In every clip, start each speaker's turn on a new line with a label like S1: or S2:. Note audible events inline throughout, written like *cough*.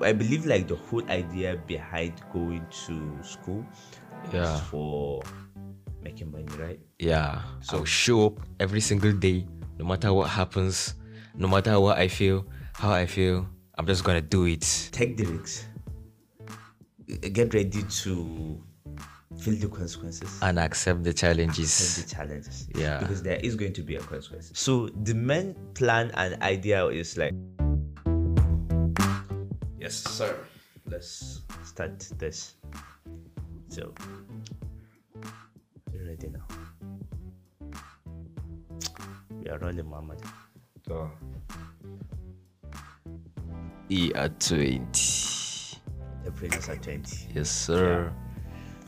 S1: I believe like the whole idea behind going to school is
S2: Yeah.
S1: for making money, right?
S2: Yeah. So show up every single day, no matter what happens, no matter what I feel, how I feel, I'm just gonna do it.
S1: Take the risks. Get ready to feel the consequences.
S2: And accept the
S1: and
S2: challenges.
S1: the challenges.
S2: Yeah.
S1: Because there is going to be a consequence. So the main plan and idea is like Yes, sir. Let's start this. So you ready now. We are rolling Muhammad.
S2: E at 20.
S1: The previous at 20.
S2: Yes, sir.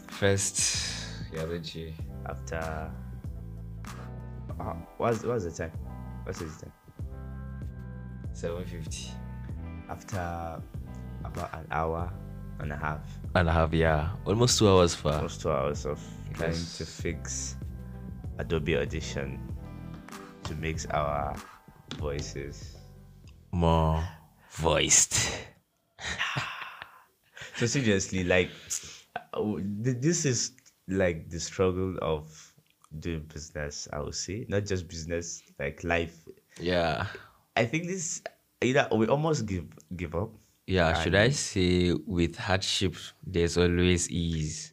S2: First. Yeah, the G.
S1: After uh, what's what's the time? What's the time?
S2: 750.
S1: After about an hour and a half.
S2: And a half, yeah. Almost two hours far.
S1: almost two hours of trying
S2: Yes.
S1: to fix Adobe Audition to mix our voices.
S2: More voiced.
S1: So seriously, like uh, th- this is like the struggle of doing business. I would say not just business, like life.
S2: Yeah.
S1: I think this either we almost give give up,
S2: Yeah, should I say with hardship, there's always ease.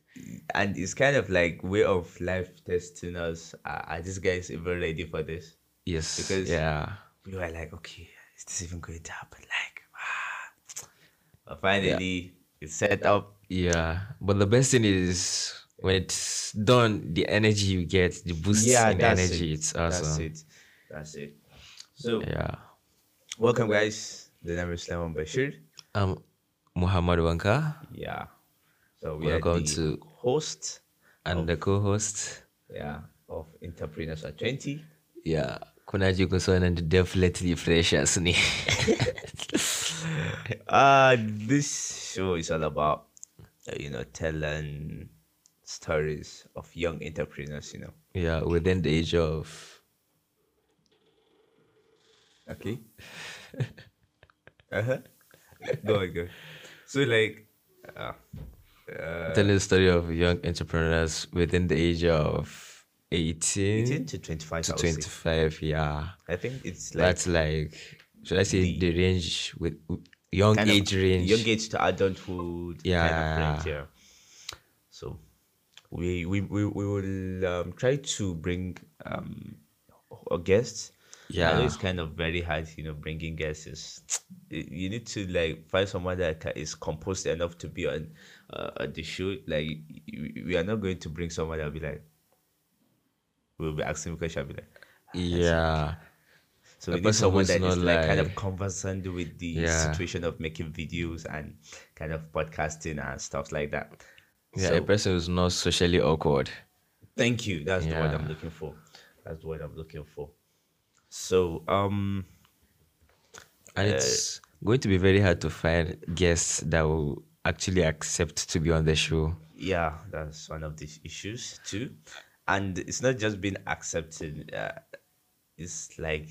S1: and it's kind of like way of life testing us. Are, are these guys even ready for this?
S2: Yes.
S1: Because-
S2: yeah.
S1: we were like, okay, is this even going to happen? Like, ah. but finally, it's set up.
S2: Yeah, but the best thing is when it's done, the energy you get, the boost in energy, it's awesome.
S1: That's it. That's it. So,
S2: Yeah.
S1: welcome, guys. The name is Lemon Bashir.
S2: Um, Muhammad Wanka
S1: Yeah. So, we are
S2: Welcome
S1: the
S2: to-
S1: host.
S2: and the co-host.
S1: Yeah. Of Entrepreneurs at 20.
S2: Yeah, kuna jiko so and definitely fresh as ni.
S1: Uh, this show is all about, uh, you know, telling stories of young entrepreneurs, you know.
S2: *laughs* Yeah, within the age of
S1: Okay. *laughs* uh-huh. Go on, go. on. So like uh,
S2: telling the story of young entrepreneurs within the age of 18,
S1: 18 to 25
S2: to
S1: I would say.
S2: 25. Yeah,
S1: I think it's like
S2: that's like should I say the, range with young
S1: kind of
S2: age range?
S1: Young age to adulthood
S2: Yeah.
S1: kind of range, yeah. So we we, we, we will um, try to bring um a guest. I know
S2: Yeah.
S1: it's kind of very hard, you know, bringing guests. Is, you need to like find someone that ca- is composed enough to be on uh, on the show. Like y- y- we are not going to bring someone that'll be like, we'll be asking questions. I'll be like,
S2: Yeah.
S1: so
S2: A
S1: we need
S2: person
S1: someone
S2: who's
S1: that is
S2: not
S1: like kind of
S2: like-
S1: conversant with the
S2: Yeah.
S1: situation of making videos and kind of podcasting and stuff like that.
S2: Yeah, a
S1: So,
S2: person who's not socially awkward.
S1: Thank you. That's the word I'm
S2: Yeah.
S1: looking for. That's the word I'm looking for. So um
S2: And it's going to be very hard to find guests that will actually accept to be on the show.
S1: yeah that's one of the issues too and it's not just being accepted uh, it's like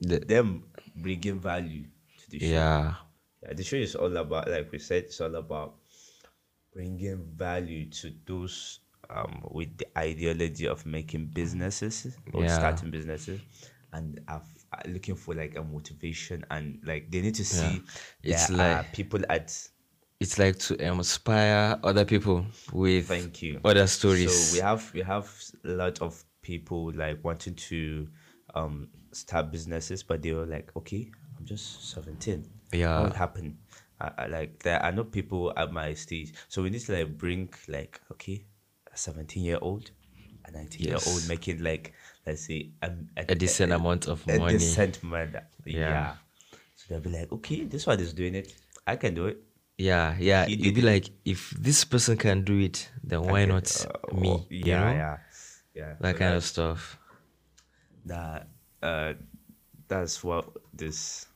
S2: The-
S1: them bringing value to the show
S2: Yeah.
S1: Yeah, the show is all about like we said it's all about bringing value to those um, with the ideology of making businesses or
S2: Yeah.
S1: starting businesses and are f- are looking for like a motivation and like they need to see
S2: It's
S1: there
S2: like-
S1: are people at
S2: It's like to inspire other people with
S1: Thank you.
S2: other stories.
S1: So we have we have a lot of people like wanting to um start businesses, but they were like, okay, I'm just 17.
S2: Yeah.
S1: what happened? I, I, like there are no people at my stage, so we need to like bring like okay, a 17 year old, a 19 year old
S2: Yes.
S1: making like let's say um,
S2: a decent amount of
S1: a
S2: money.
S1: decent amount. Yeah.
S2: Yeah.
S1: So they'll be like, okay, this one is doing it. I can do it.
S2: yeah, yeah.
S1: He
S2: You'd be like, if this person can do it, then why not
S1: Uh,
S2: me?
S1: oh,
S2: you
S1: Yeah,
S2: know?
S1: yeah, yeah.
S2: That
S1: So
S2: kind of stuff.
S1: that uh that's what this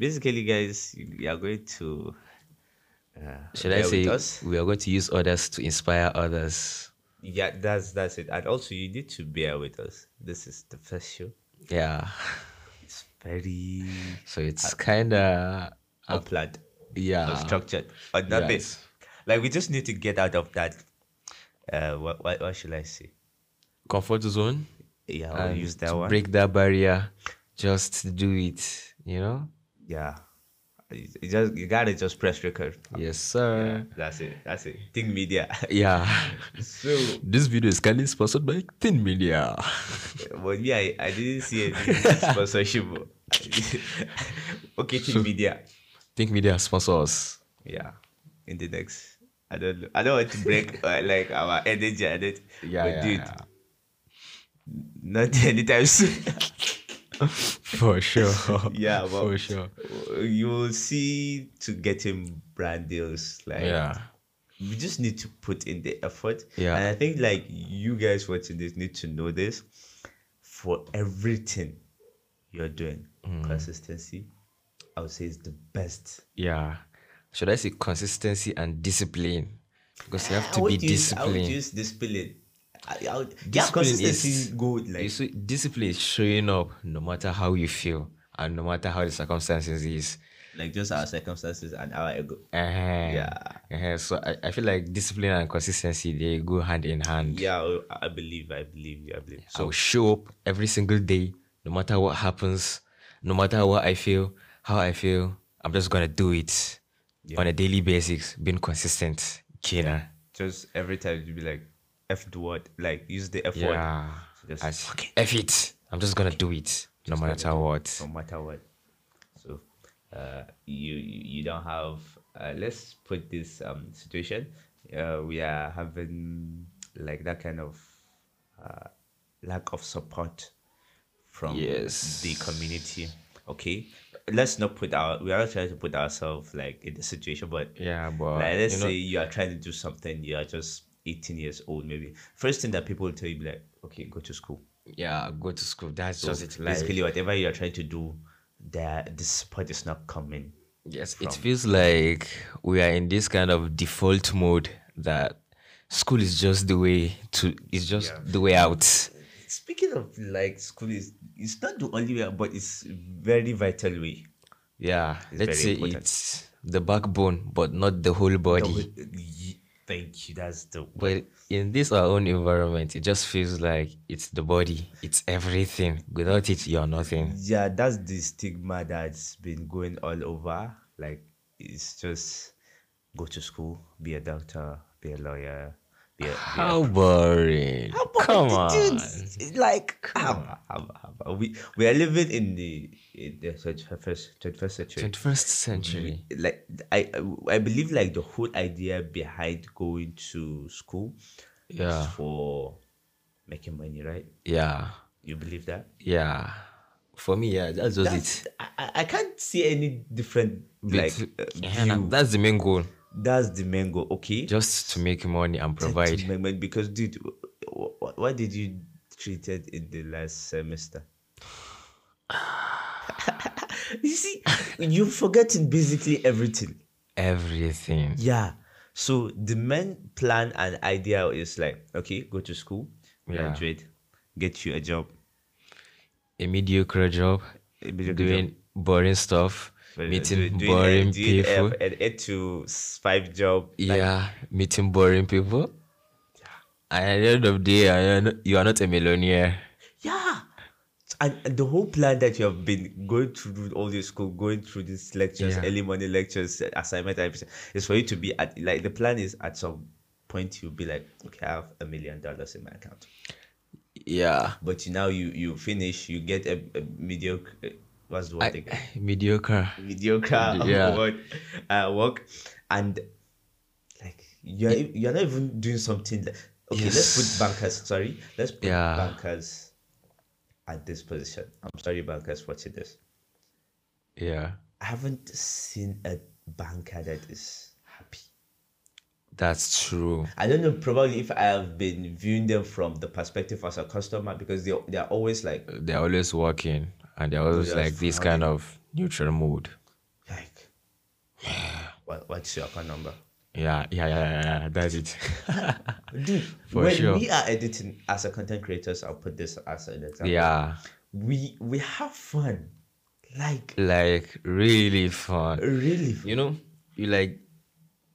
S1: basically guys you you are going to uh,
S2: Should
S1: bear
S2: I
S1: with
S2: say
S1: us.
S2: we are going to use others to inspire others?
S1: yeah that's that's it and also you need to bear with us this is the first show
S2: Yeah. *laughs*
S1: it's very
S2: So it's kind of
S1: upland
S2: Yeah.
S1: or structured or nothing.
S2: Ah. Yes.
S1: Like we just need to get out of that. Uh, what what, what should I say?
S2: Comfort zone.
S1: Yeah, I'll
S2: and
S1: use that
S2: to
S1: one.
S2: Break that barrier. Just do it. You know?
S1: Yeah, you you just you gotta just press record.
S2: Yes, sir.
S1: That's it. That's it. Think media. *laughs*
S2: Yeah.
S1: so,
S2: *laughs* this video is kindly sponsored by Thin Media.
S1: well, yeah, I, I didn't see
S2: *laughs*
S1: any sponsorship. *laughs* okay, think media.
S2: Think Media sponsors.
S1: Yeah, in the next. I don't. know. I don't want to break *laughs* uh, like our energy and it.
S2: Yeah,
S1: but
S2: yeah,
S1: dude,
S2: yeah.
S1: not *laughs* anytime soon.
S2: For *laughs* sure.
S1: yeah, but
S2: For sure.
S1: You will see to getting brand deals. Like,
S2: Yeah.
S1: we just need to put in the effort.
S2: Yeah.
S1: and I think like you guys watching this need to know this. For everything you're doing,
S2: Mm.
S1: consistency, I would say is the best.
S2: Yeah. Should I say consistency and discipline? Because you have
S1: I
S2: to
S1: would
S2: be
S1: use- I would
S2: disciplined.
S1: use discipline. I, I would, yeah,
S2: Discipline
S1: consistency
S2: is-
S1: is good. Like,
S2: You see, discipline is showing up no matter how you feel and no matter how the circumstances is.
S1: like just our circumstances and our ego.
S2: Uh-huh.
S1: Yeah.
S2: Uh-huh. So I, I feel like discipline and consistency they go hand in hand.
S1: Yeah, I, I believe, I believe, I believe.
S2: So I will show up every single day, no matter what happens, no matter what I feel, how I feel, I'm just gonna do it on a daily basis, being consistent. Kina.
S1: just every time you be like F the word, like use the F word
S2: ah. Yeah.
S1: Just-
S2: As, F it. I'm just gonna do it. No matter what.
S1: no matter what. So uh you you don't have uh, let's put this um situation. Uh we are having like that kind of uh lack of support from
S2: Yes.
S1: the community. Okay. Let's not put our we are not trying to put ourselves like in the situation, but
S2: Yeah, but
S1: like let's
S2: you know-
S1: say you are trying to do something, you are just 18 years old, maybe. First thing that people will tell you, be like, okay, go to school.
S2: Yeah, go to school. That's
S1: So
S2: just it. Like,
S1: basically, whatever you are trying to do, that the support is not coming.
S2: yes, it feels like we are in this kind of default mode that school is just the way to. It's just the way out.
S1: Speaking of like school is, it's not the only way, but it's very vital way.
S2: Yeah, let's
S1: very
S2: say
S1: important.
S2: it's the backbone, but not the whole
S1: The
S2: body.
S1: way- ye- Thank you. That's the
S2: But in this our own environment, it just feels like it's the body. It's everything. Without it, you're nothing.
S1: yeah. That's the stigma that's been going all over. Like it's just go to school, be a doctor, be a lawyer, be a. be a- *sighs*
S2: How boring! Come on.
S1: Dudes, like how, how, how, we we are living in the in the twenty first twenty first century.
S2: Twenty-first century.
S1: like I I believe like the whole idea behind going to school is
S2: Yeah.
S1: for making money, right?
S2: Yeah.
S1: You believe that?
S2: Yeah. For me, yeah, that's just it.
S1: That's, I, I- I can't see any different like
S2: It's-
S1: uh,
S2: yeah, nah,
S1: view.
S2: that's the main goal.
S1: That's the main goal, okay?
S2: Just to make money and
S1: To
S2: provide.
S1: make money, because dude, what, what did you treated in the last
S2: *sighs*
S1: semester? *laughs* you see, you've forgotten basically everything.
S2: Everything.
S1: Yeah. So the main plan and idea is like, okay, go to school,
S2: Yeah.
S1: graduate, get you a job.
S2: A mediocre job,
S1: a mediocre
S2: doing
S1: job.
S2: boring stuff,
S1: But, uh,
S2: meeting
S1: do- doing a-
S2: boring
S1: doing a-
S2: people.
S1: an eight to s- five job.
S2: yeah, meeting boring people. And at the end of the day, I am not- you are not a millionaire.
S1: Yeah. And, and the whole plan that you have been going through all your school, going through these lectures,
S2: Yeah.
S1: early morning lectures, assignment, and everything, is for you to be at like the plan is at some point you'll be like, okay, I have a million dollars in my account.
S2: Yeah. *laughs*
S1: But you, now you you finish, you get a, a mediocre. uh, What's the word?
S2: I-
S1: again?
S2: mediocre.
S1: *laughs* mediocre
S2: Yeah.
S1: work, uh, work and like you're e, you're not even doing something that, okay let's
S2: Yes.
S1: put bankers sorry let's put
S2: Yeah.
S1: bankers at this position i'm sorry bankers watching this
S2: Yeah.
S1: i haven't seen a banker that is happy
S2: That's true.
S1: i don't know probably if i have been viewing them from the perspective as a customer because they, they're always like
S2: They're always working and they're always
S1: Just
S2: like this kind of neutral mood.
S1: like what, what's your account number
S2: Yeah, yeah, yeah, yeah, yeah. That's it. *laughs*
S1: Dude,
S2: For
S1: when
S2: sure.
S1: we are editing as a content creators, I'll put this as an example.
S2: yeah.
S1: We we have fun. Like
S2: Like really fun.
S1: really fun.
S2: You know, you like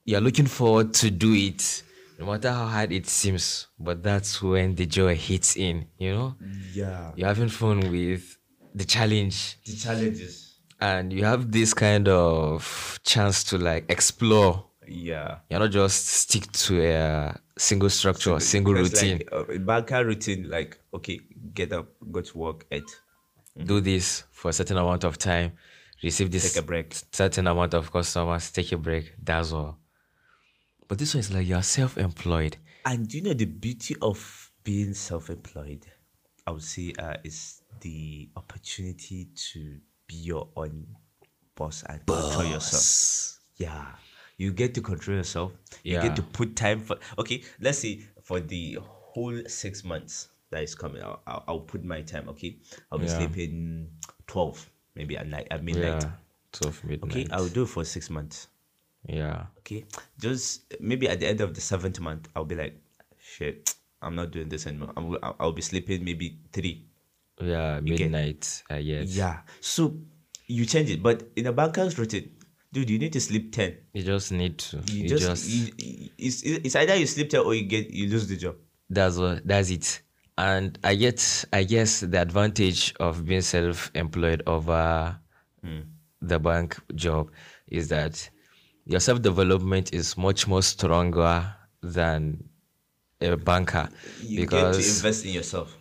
S2: you're looking forward to do it no matter how hard it seems but that's when the joy hits in you know
S1: Mm. Yeah.
S2: you're having fun with the challenge
S1: The challenges.
S2: and you have this kind of chance to like explore
S1: Yeah.
S2: you're not just stick to a single structure or single
S1: Because,
S2: routine
S1: Like, uh, banker routine, like, okay, get up, go to work, at
S2: do this for a certain amount of time receive this
S1: Mm. take a break.
S2: certain amount of customers take a break that's all but this one is like you're self-employed
S1: And you know the beauty of being self-employed, I would say, uh, is the opportunity to be your own boss and control yourself. Yeah, you get to control yourself. You
S2: Yeah.
S1: get to put time for. Okay, let's say for the whole six months that is coming, I'll, I'll, I'll put my time. Okay, I'll be
S2: Yeah.
S1: sleeping twelve maybe at night at midnight.
S2: yeah 12 midnight
S1: Okay, I'll do it for six months
S2: yeah
S1: okay just maybe at the end of the seventh month i'll be like shit i'm not doing this anymore i'll, I'll- I'll be sleeping maybe three
S2: yeah midnight i guess
S1: yeah so you change it but in a banker's routine dude you need to sleep 10
S2: you just need to
S1: you,
S2: you,
S1: just,
S2: just,
S1: you- you- it's, it's either you sleep 10 or you get you lose the job
S2: that's what that's it and i get i guess the advantage of being self-employed over
S1: Hmm.
S2: the bank job is that your self-development is much more stronger than a banker
S1: you get to
S2: because
S1: invest in yourself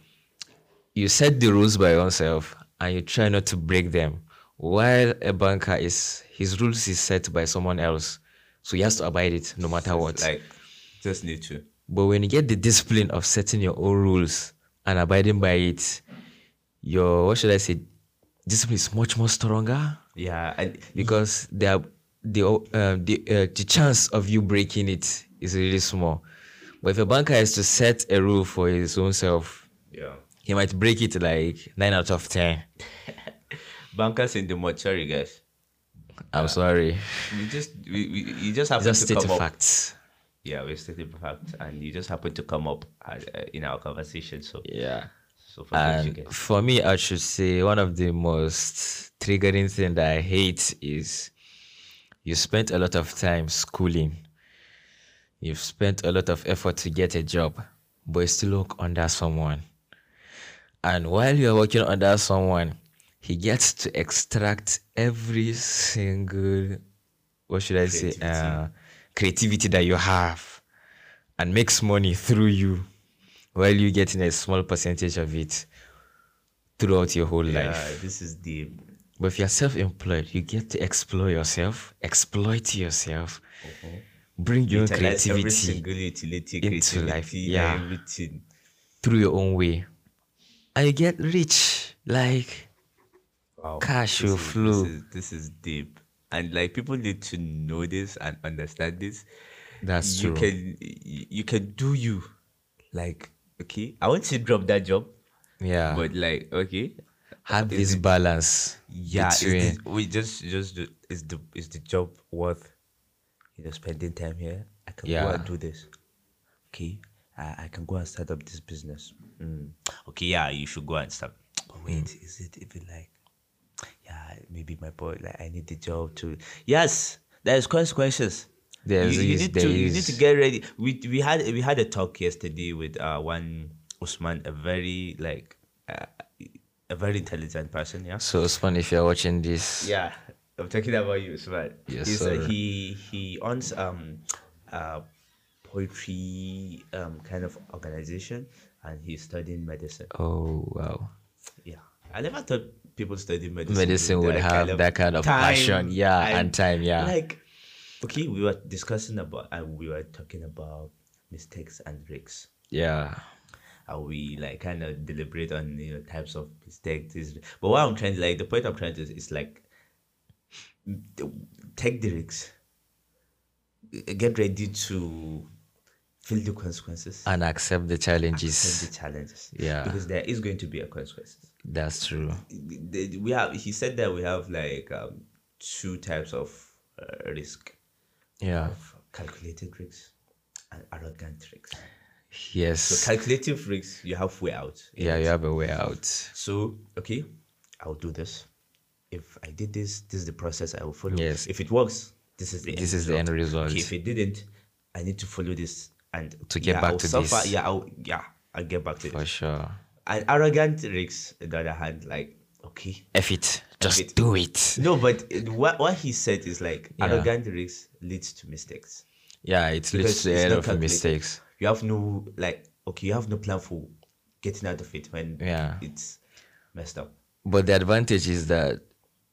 S2: you set the rules by yourself and you try not to break them while a banker is his rules is set by someone else so he has to abide it no matter what
S1: like just need to
S2: but when you get the discipline of setting your own rules and abiding by it, your what should I say? Discipline is much more stronger
S1: yeah and
S2: because they are, the uh, the uh, the chance of you breaking it is really small. But if a banker is to set a rule for his own self,
S1: yeah
S2: he might break it like nine out of ten.
S1: bankers in the mortuary guys
S2: I'm sorry,
S1: we just we, we you just have
S2: just
S1: to
S2: state
S1: come
S2: the
S1: up
S2: facts.
S1: yeah we're stating the fact and you just happen to come up uh, uh, in our conversation so
S2: Yeah.
S1: so for those you
S2: And
S1: get
S2: for me, I should say one of the most triggering thing that I hate is you spent a lot of time schooling. You've spent a lot of effort to get a job, but you still work under someone. And while you're working under someone, he gets to extract every single, what should I say, uh, creativity that you have and makes money through you while you getting a small percentage of it throughout your whole life.
S1: Yeah, this is the
S2: But if you're self-employed, you get to explore yourself, exploit yourself, bring your own
S1: utilize every
S2: creativity
S1: single utility
S2: into life,
S1: creativity,
S2: yeah.
S1: everything
S2: through your own way, and you get rich. Like
S1: wow
S2: Cash
S1: this
S2: will
S1: is-
S2: flow.
S1: this is, this is deep and like people need to know this and understand this
S2: that's
S1: you
S2: true.
S1: can you you can do you like okay i won't say drop that job
S2: yeah,
S1: but like okay
S2: have this balance.
S1: yeah is
S2: between-
S1: this, we just just do- is the is the job worth you know spending time here i can go and
S2: Yeah.
S1: do this okay I, I can go and start up this business Mm. okay yeah you should go and start but
S2: Hmm.
S1: wait is it even like yeah maybe my boy like i need the job to yes there's consequences
S2: There
S1: you, you
S2: is,
S1: need
S2: there
S1: to you need to
S2: is.
S1: get ready we we had we had a talk yesterday with uh one usman a very like uh, a very intelligent person yeah
S2: So Usman, if you're watching this,
S1: yeah, I'm talking about you, Smart.
S2: Yes,
S1: He's, uh,
S2: sir.
S1: he he owns um a poetry um kind of organization, and he's studying medicine.
S2: oh wow,
S1: Yeah, I never thought people studying medicine.
S2: medicine would
S1: that
S2: have
S1: kind of
S2: that kind of passion,
S1: time
S2: yeah, and time, yeah,
S1: Like, okay, we were discussing about and we were talking about mistakes and risks.
S2: yeah,
S1: How we like kind of deliberate on you know types of mistakes. This- But what I'm trying to like the point I'm trying to is like take the risks, get ready to feel the consequences,
S2: and accept the challenges.
S1: accept the challenges.
S2: Yeah.
S1: because there is going to be a consequences.
S2: That's true.
S1: The- the- We have he said that we have like um, two types of uh, risk:
S2: Yeah.
S1: of calculated risks and arrogant risks.
S2: Yes.
S1: So calculative risks, you have way out.
S2: yeah, you have a way out.
S1: So, okay, I'll do this. If I did this, this is the process I will follow.
S2: Yes.
S1: If it works, this is the
S2: This is the end result.
S1: Okay, if it didn't, I need to follow this and
S2: To get
S1: yeah,
S2: back
S1: I'll
S2: to
S1: suffer.
S2: this.
S1: Yeah, I'll, yeah, I'll get back to
S2: for
S1: this.
S2: sure.
S1: And arrogant Riggs, on the other hand, like okay,
S2: F it. Just
S1: it.
S2: do it.
S1: no, but it- what what he said is like
S2: Yeah.
S1: arrogant Riggs leads to mistakes.
S2: Yeah, it leads
S1: Because
S2: to a
S1: it's
S2: lot
S1: not
S2: of
S1: calculated.
S2: mistakes.
S1: You have no like okay, you have no plan for getting out of it when
S2: Yeah.
S1: it's messed up.
S2: But the advantage is that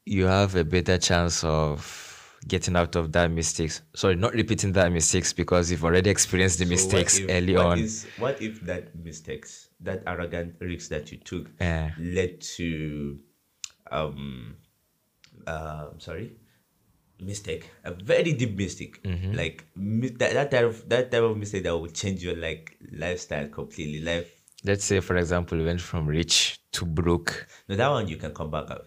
S2: you have a better chance of getting out of that mistakes. Sorry, not repeating that mistakes because you've already experienced the
S1: So what
S2: mistakes
S1: if-
S2: early
S1: what
S2: on.
S1: is- what if that mistakes, that arrogant risk that you took,
S2: Yeah.
S1: led to, um, uh, sorry, mistake, a very deep mistake,
S2: Mm-hmm.
S1: like mi- that, that type of that type of mistake that will change your like lifestyle completely. Life,
S2: Let's say, for example, you went from rich to broke.
S1: no, that one you can come back out.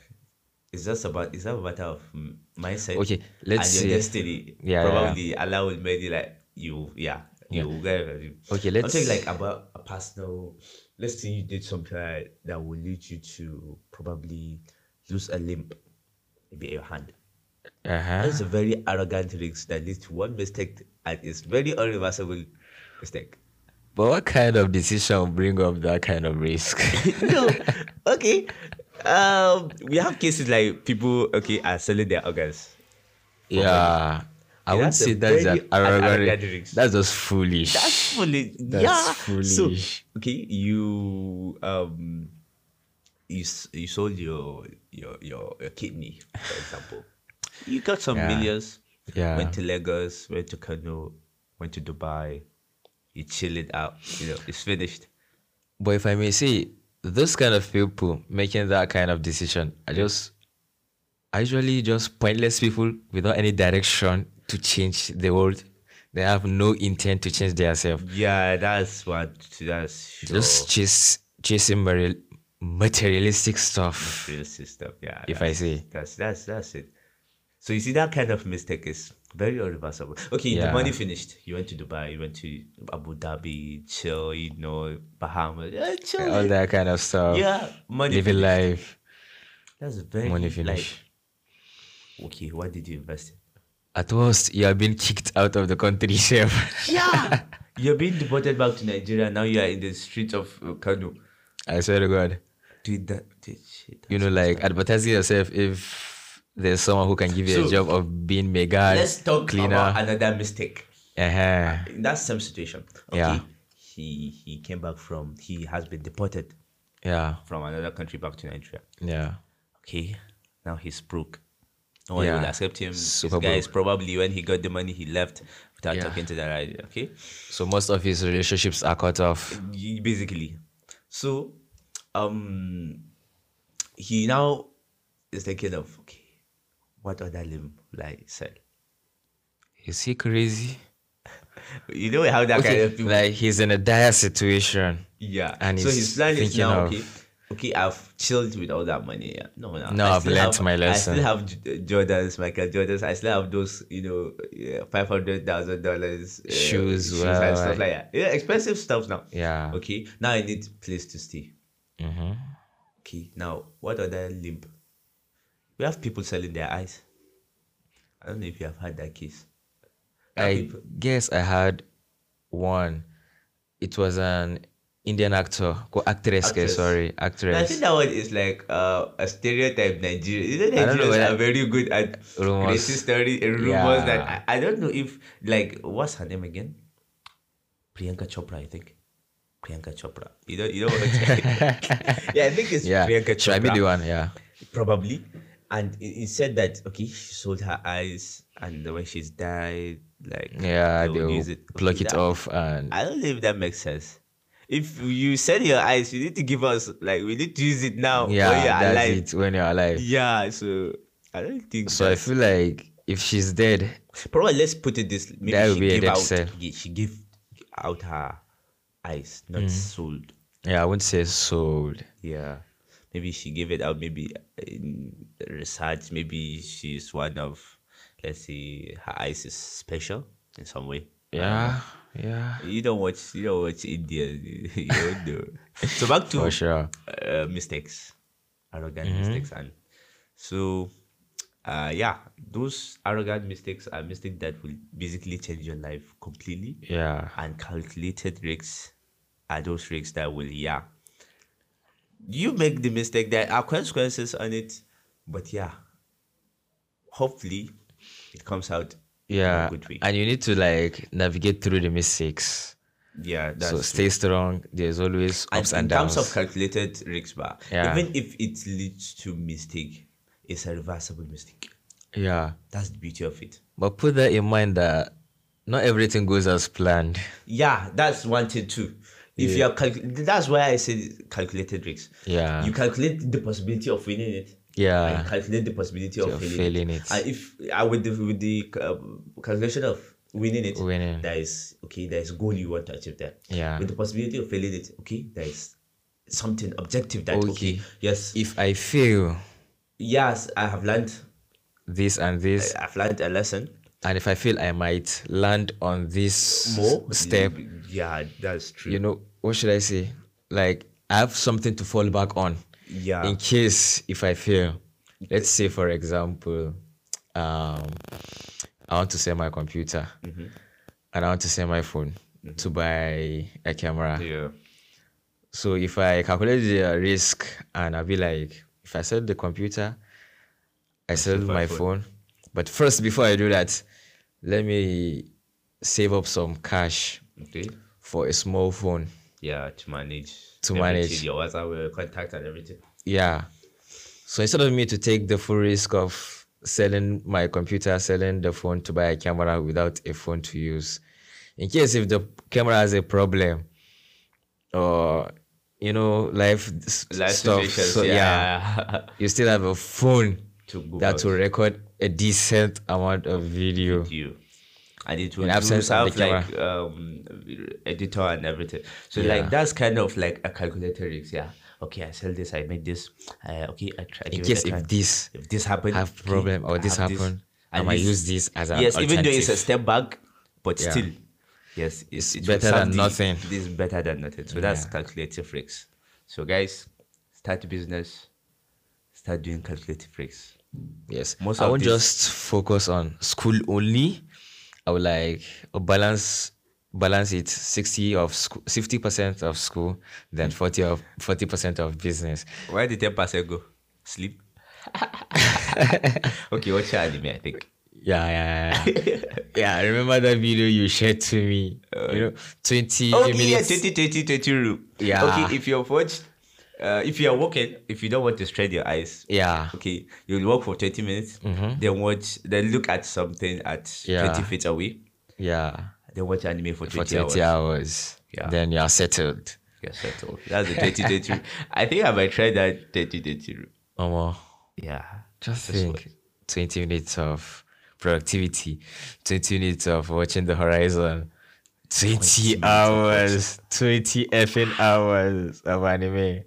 S1: It's just about it's not a matter of mm, mindset.
S2: Okay, let's
S1: and your
S2: say-
S1: destiny.
S2: Yeah, yeah, yeah.
S1: probably Allah will make it like you. Yeah, you will get. it.
S2: Okay,
S1: I'm
S2: let's
S1: talking like about a personal. Let's say you did something like that will lead you to probably lose a limb, maybe your hand.
S2: uh-huh.
S1: That's a very arrogant risk that leads to one mistake and it's very irreversible mistake.
S2: But what kind of decision will bring up that kind of
S1: *laughs*
S2: risk?
S1: no, okay. Um, we have cases like people okay are selling their organs.
S2: yeah. I
S1: Yeah,
S2: wouldn't
S1: that's a
S2: say that's
S1: very
S2: an arrogant.
S1: arrogant risk.
S2: That's just foolish.
S1: That's foolish.
S2: That's
S1: yeah. So
S2: foolish.
S1: okay, you um, you s- you sold your your your, your kidney, for example. You got some
S2: Yeah.
S1: millions.
S2: Yeah.
S1: Went to Lagos. Went to Kano. Went to Dubai. You chill it out. You know, it's finished.
S2: But if I may say, those kind of people making that kind of decision are just are usually just pointless people without any direction to change the world. They have no intent to change themselves.
S1: Yeah, that's what. That's sure.
S2: Just chase chasing material, materialistic stuff.
S1: real system. Yeah.
S2: If I
S1: that's-
S2: say.
S1: that's that's that's it. So you see that kind of mistake is very irreversible. Okay, the
S2: Yeah.
S1: money finished. You went to Dubai, you went to Abu Dhabi, chill, you know, Bahamas, yeah, chill.
S2: All that kind of stuff.
S1: yeah, money.
S2: Living
S1: finished.
S2: life.
S1: That's very
S2: Money
S1: like
S2: finish.
S1: okay. What did you invest in?
S2: *laughs* At worst, you have been kicked out of the country, *laughs* chef.
S1: Yeah, you're being deported back to Nigeria. Now you are in the streets of uh, Kano.
S2: I swear to God.
S1: Dude, that dude, shit.
S2: You know, like advertising yourself if there's someone who can give you a
S1: So,
S2: job of being mega
S1: Let's talk
S2: cleaner.
S1: about another mistake.
S2: Uh-huh.
S1: in that same situation. Okay.
S2: Yeah.
S1: He he came back from he has been deported
S2: Yeah.
S1: from another country back to Nigeria.
S2: Yeah.
S1: Okay. Now he's broke. No one will
S2: Yeah.
S1: accept him.
S2: Super
S1: this guy is probably when he got the money he left without
S2: Yeah.
S1: talking to that idea. Okay.
S2: So most of his relationships are cut off.
S1: Y- Basically. So um he now is thinking of okay, what other limb will I sell?
S2: Is he crazy?
S1: You know how that kind
S2: Okay,
S1: of people
S2: like he's in a dire situation.
S1: Yeah.
S2: And
S1: so his
S2: he's
S1: plan is
S2: thinking
S1: now
S2: of-
S1: okay. Okay, I've chilled with all that money. Yeah. No, no.
S2: No,
S1: I
S2: I've
S1: still
S2: learnt
S1: have-
S2: my
S1: I
S2: lesson.
S1: still have J- uh, Jordans, Michael Jordans. I still have those, you know, yeah, five hundred thousand dollars uh,
S2: Shoes,
S1: shoes
S2: well,
S1: and stuff
S2: I-
S1: like that. Yeah, expensive stuff now.
S2: Yeah.
S1: Okay. Now I need place to stay.
S2: Mm-hmm.
S1: Okay. Now what other limp? We have people selling their eyes. I don't know if you have had that case. Now
S2: I
S1: people-
S2: guess I had one. It was an Indian actor, co- actress, eh,
S1: Actress.
S2: sorry,
S1: I think
S2: actress.
S1: that one is like uh, a stereotype Nigeria. You know,
S2: I don't know
S1: Nigerians
S2: whether-
S1: are very good at
S2: Rumors.
S1: racist story and rumors
S2: Yeah.
S1: that I, I don't know if like what's her name again? Priyanka Chopra, I think. Priyanka Chopra. You don't you don't want to
S2: *laughs*
S1: *laughs* Yeah, I think it's
S2: Yeah,
S1: Priyanka
S2: should I be
S1: Chopra
S2: the one? Yeah,
S1: probably. And he he said that okay, she sold her eyes and when she's died, like
S2: yeah,
S1: they
S2: they
S1: will
S2: will
S1: use it. Okay,
S2: pluck it
S1: that-
S2: off and
S1: I don't know if that makes sense. If you sell your eyes, you need to give us like we need to use it now.
S2: yeah,
S1: when you're
S2: that's
S1: alive.
S2: it when you're alive.
S1: Yeah, so I don't think
S2: So
S1: so.
S2: I feel like if she's dead,
S1: Probably let's put it this: maybe
S2: That would
S1: she
S2: be a
S1: gave
S2: dead
S1: out,
S2: cell.
S1: ye- she gave out her eyes, not
S2: Mm.
S1: sold.
S2: yeah, I wouldn't say sold.
S1: Yeah, maybe she gave it out. Maybe in research, maybe she's one of, let's say, her eyes is special in some way.
S2: Yeah, yeah,
S1: You don't watch, you don't watch India. *laughs* You don't know. so back to
S2: for sure. Mm-hmm.
S1: uh, mistakes, arrogant mistakes, and so uh, yeah, those arrogant mistakes are mistakes that will basically change your life completely.
S2: Yeah.
S1: And calculated risks are those risks that will, yeah. You make the mistake, there are consequences on it, but yeah, hopefully it comes out in a
S2: Yeah.
S1: good way.
S2: And you need to like navigate through the mistakes.
S1: yeah, that's
S2: so stay strong. There's always
S1: And
S2: ups and,
S1: in
S2: downs.
S1: terms of calculated risk bar,
S2: Yeah.
S1: even if it leads to mistake, it's a reversible mistake.
S2: yeah.
S1: That's the beauty of it.
S2: But put that in mind that not everything goes as planned.
S1: Yeah, that's one thing too. If you are calc- that's why I say calculated risks.
S2: Yeah.
S1: You calculate the possibility of winning it.
S2: Yeah.
S1: And calculate the possibility of
S2: Of
S1: failing,
S2: failing
S1: it.
S2: it.
S1: And if uh, with the with the uh, calculation of winning it,
S2: Winning.
S1: there is okay, there is goal you want to achieve there.
S2: Yeah.
S1: With the possibility of failing it, okay, there is something objective that okay,
S2: Okay.
S1: yes,
S2: If I fail
S1: yes, I have learned,
S2: this and this,
S1: I've learned a lesson.
S2: and if I fail, I might land on this
S1: More Mm.
S2: step.
S1: Yeah, that's true.
S2: You know, what should I say? Like, I have something to fall back on
S1: yeah,
S2: in case if I fail. Let's say, for example, um, I want to sell my computer
S1: Mm-hmm.
S2: and I want to sell my phone to buy a camera.
S1: yeah,
S2: So if I calculate the uh, risk and I'll be like, if I sell the computer, I sell
S1: my
S2: my phone. But first, before I do that, let me save up some cash
S1: okay.
S2: for a small phone.
S1: Yeah, to manage
S2: To
S1: everything,
S2: manage.
S1: your WhatsApp uh, contact and everything.
S2: Yeah. So instead of me to take the full risk of selling my computer, selling the phone to buy a camera without a phone to use, in case if the camera has a problem or you know life, s-
S1: Life
S2: stuff,
S1: situations,
S2: so
S1: *laughs* yeah.
S2: you still have a phone
S1: To go
S2: that
S1: out.
S2: will record a decent amount of video.
S1: you. And it will
S2: absence
S1: lose
S2: of
S1: out
S2: the
S1: like um, editor and everything. So
S2: Yeah.
S1: like that's kind of like a calculated risk. Yeah. Okay, I sell this. I make this. Uh, okay, I try.
S2: In case if this
S1: if this happen,
S2: have
S1: okay,
S2: problem or
S1: I
S2: this
S1: have
S2: happen, I
S1: At
S2: might
S1: least-
S2: use this as an
S1: yes, even though it's a
S2: alternative.
S1: step back, but
S2: Yeah.
S1: still, yes, it's,
S2: better than nothing.
S1: This is better than nothing. So that's
S2: Yeah.
S1: calculated risks. So guys, start a business, start doing calculated risks.
S2: Yes.
S1: Most
S2: I
S1: of
S2: won't
S1: this-
S2: just focus on school only. I would like uh, balance balance it 60 of school 50% of school then 40 of 40% of business
S1: Where did ten percent go? Sleep. *laughs* okay, watch your anime. I
S2: *laughs*
S1: think.
S2: yeah yeah yeah,
S1: *laughs*
S2: yeah. yeah i remember that video you shared to me you know 20
S1: Uh, Okay, yeah,
S2: minutes
S1: 20, 20, 20 rule.
S2: Yeah.
S1: Okay, if you're watched, uh, if you're walking, if you don't want to strain your eyes,
S2: yeah
S1: okay, you'll walk for twenty minutes, then watch, then look at something at
S2: Mm-hmm. Yeah.
S1: twenty feet away,
S2: yeah
S1: then watch anime for
S2: for
S1: twenty,
S2: 20
S1: hours.
S2: hours,
S1: Yeah.
S2: then you are settled
S1: Yes, that's all. That's the twenty twenty *laughs* rule. I think I might try that twenty twenty rule.
S2: Omo,
S1: Yeah.
S2: just
S1: That's
S2: think 20 minutes of productivity 20 minutes of watching the horizon 20, hours 20 effing hours of anime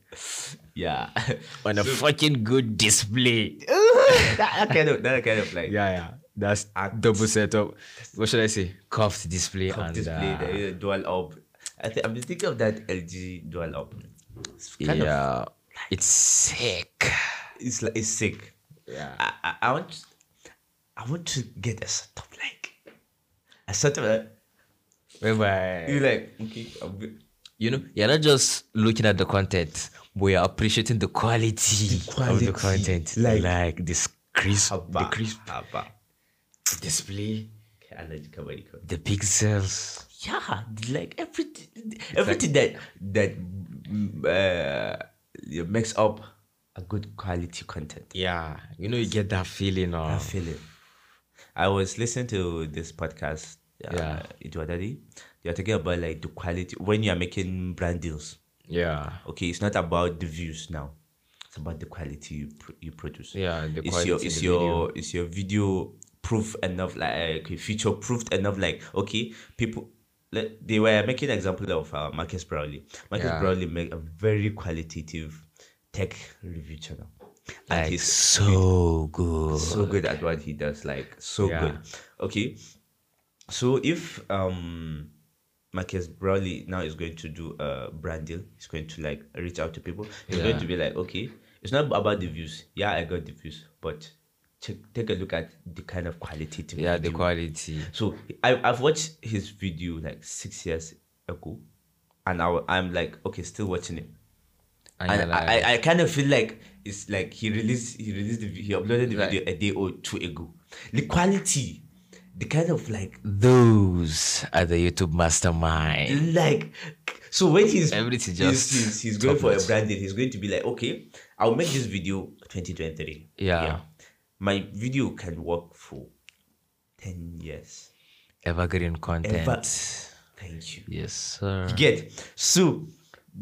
S1: Yeah. *laughs*
S2: on a fucking good display
S1: that kind of that kind of like
S2: yeah yeah that's double setup what should i say cuffed display and
S1: display
S2: uh,
S1: there is a dual up. I think I've been thinking of that LG dual up. It's kind of
S2: yeah it's sick
S1: it's like it's sick.
S2: yeah
S1: I, I, I want to- I want to get a setup like a setup that
S2: whereby
S1: you like okay I'm good.
S2: you know you're not just looking at the content but you're appreciating the quality, of
S1: quality,
S2: the content
S1: like-
S2: like, this crisp the
S1: Abba,
S2: crisp
S1: Abba.
S2: display
S1: Okay, I like cover it, cover it.
S2: the pixels
S1: Yeah, like everything everything that that uh, makes up a good quality content.
S2: yeah you know you get that feeling
S1: I
S2: of
S1: feel it. I was listening to this podcast. Uh, yeah.
S2: Yeah.
S1: It was already. They are talking about like the quality when you are making brand deals.
S2: yeah
S1: Okay, it's not about the views now. It's about the quality you pr- you produce.
S2: Yeah, the
S1: it's
S2: quality
S1: your
S2: in
S1: it's
S2: the
S1: your it's your video proof enough like future proofed enough like okay people. Like, they were making example of uh, Marcus Brownlee. Marcus
S2: Yeah.
S1: Brownlee make a very qualitative tech review channel. And
S2: like
S1: he's-
S2: so good
S1: so good at what he does like so
S2: Yeah.
S1: good okay so if um Marcus Brownlee now is going to do a brand deal he's going to like reach out to people he's going
S2: Yeah.
S1: to be like okay it's not about the views yeah I got the views but check, take a look at the kind of qualitative.
S2: Yeah, the
S1: video.
S2: quality.
S1: So I, I've watched his video like six years ago, and I, I'm like, okay, still watching it.
S2: And you're
S1: And
S2: like,
S1: I, I, I kind of feel like it's like he released he released the, vi- he uploaded the
S2: Right.
S1: video a day or two ago. The quality, the kind of like
S2: those are the YouTube mastermind.
S1: like so when he's
S2: Everything
S1: he's,
S2: just
S1: he's, he's going for a
S2: top-notch.
S1: brand deal, he's going to be like, okay, I'll make this video 2023.
S2: Yeah.
S1: my video can work for ten years.
S2: Evergreen content.
S1: Thank you.
S2: Yes, sir.
S1: get so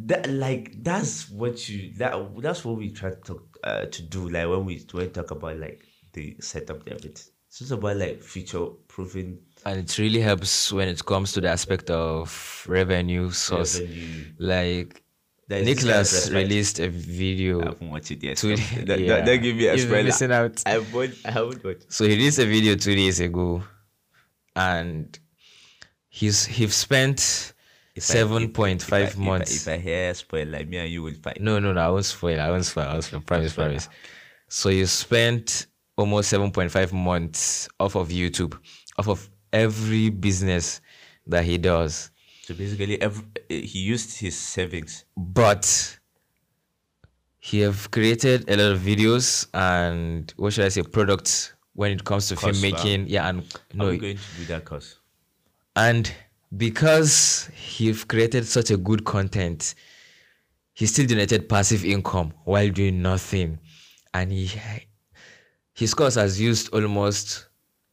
S1: that like that's what you that that's what we try to talk, uh, to do like when we when we talk about like the setup and everything so it's about like future proofing
S2: And it really helps when it comes to the aspect of revenue source.
S1: revenue
S2: Like
S1: There is this kind of
S2: Nicholas
S1: respect.
S2: released a video.
S1: i haven't watched it yet
S2: two- *laughs*
S1: so *laughs* that,
S2: yeah.
S1: that, that give me a
S2: You've been
S1: spoiler
S2: missing out.
S1: i won't i haven't watched
S2: So he released a video two days ago, and he's he's spent
S1: If I- if-
S2: seven point
S1: if I-
S2: five
S1: if I-
S2: months.
S1: if I, hear spoiler me and you will fight
S2: no, no, no. I won't spoil. I won't spoil. I won't spoil. Promise, promise. So you spent almost seven point five months off of YouTube, off of every business that he does,
S1: so basically every, he used his savings
S2: but he have created a lot of videos and what should I say, products when it comes to
S1: Course, wow.
S2: filmmaking. Yeah, and
S1: no
S2: no,
S1: i'm going to do that cause
S2: and because he've created such a good content he still generated passive income while doing nothing and he his course has used almost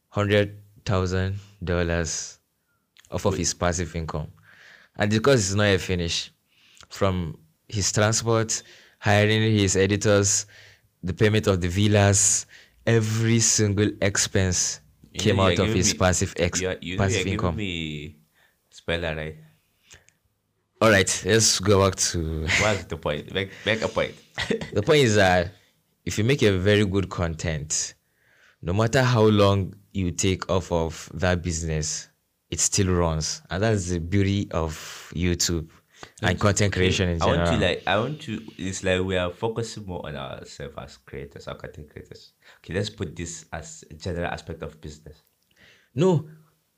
S2: hundred thousand dollars off of his passive income and the course is not yet finished from his transport hiring his editors the payment of the villas every single expense
S1: You know
S2: came
S1: you are
S2: out of
S1: giving
S2: his
S1: me-
S2: passive ex
S1: you, are- you know, you're
S2: passive
S1: giving
S2: income
S1: me spoiler right
S2: All right, let's go back to
S1: What's the point? Make, make a point.
S2: the point is that if you make a very good content, no matter how long you take off of that business, it still runs, and that's the beauty of YouTube and content creation in
S1: I
S2: general.
S1: want to like I want to it's like we are focusing more on ourselves as creators, our content creators. Okay, let's put this as a general aspect of business.
S2: no,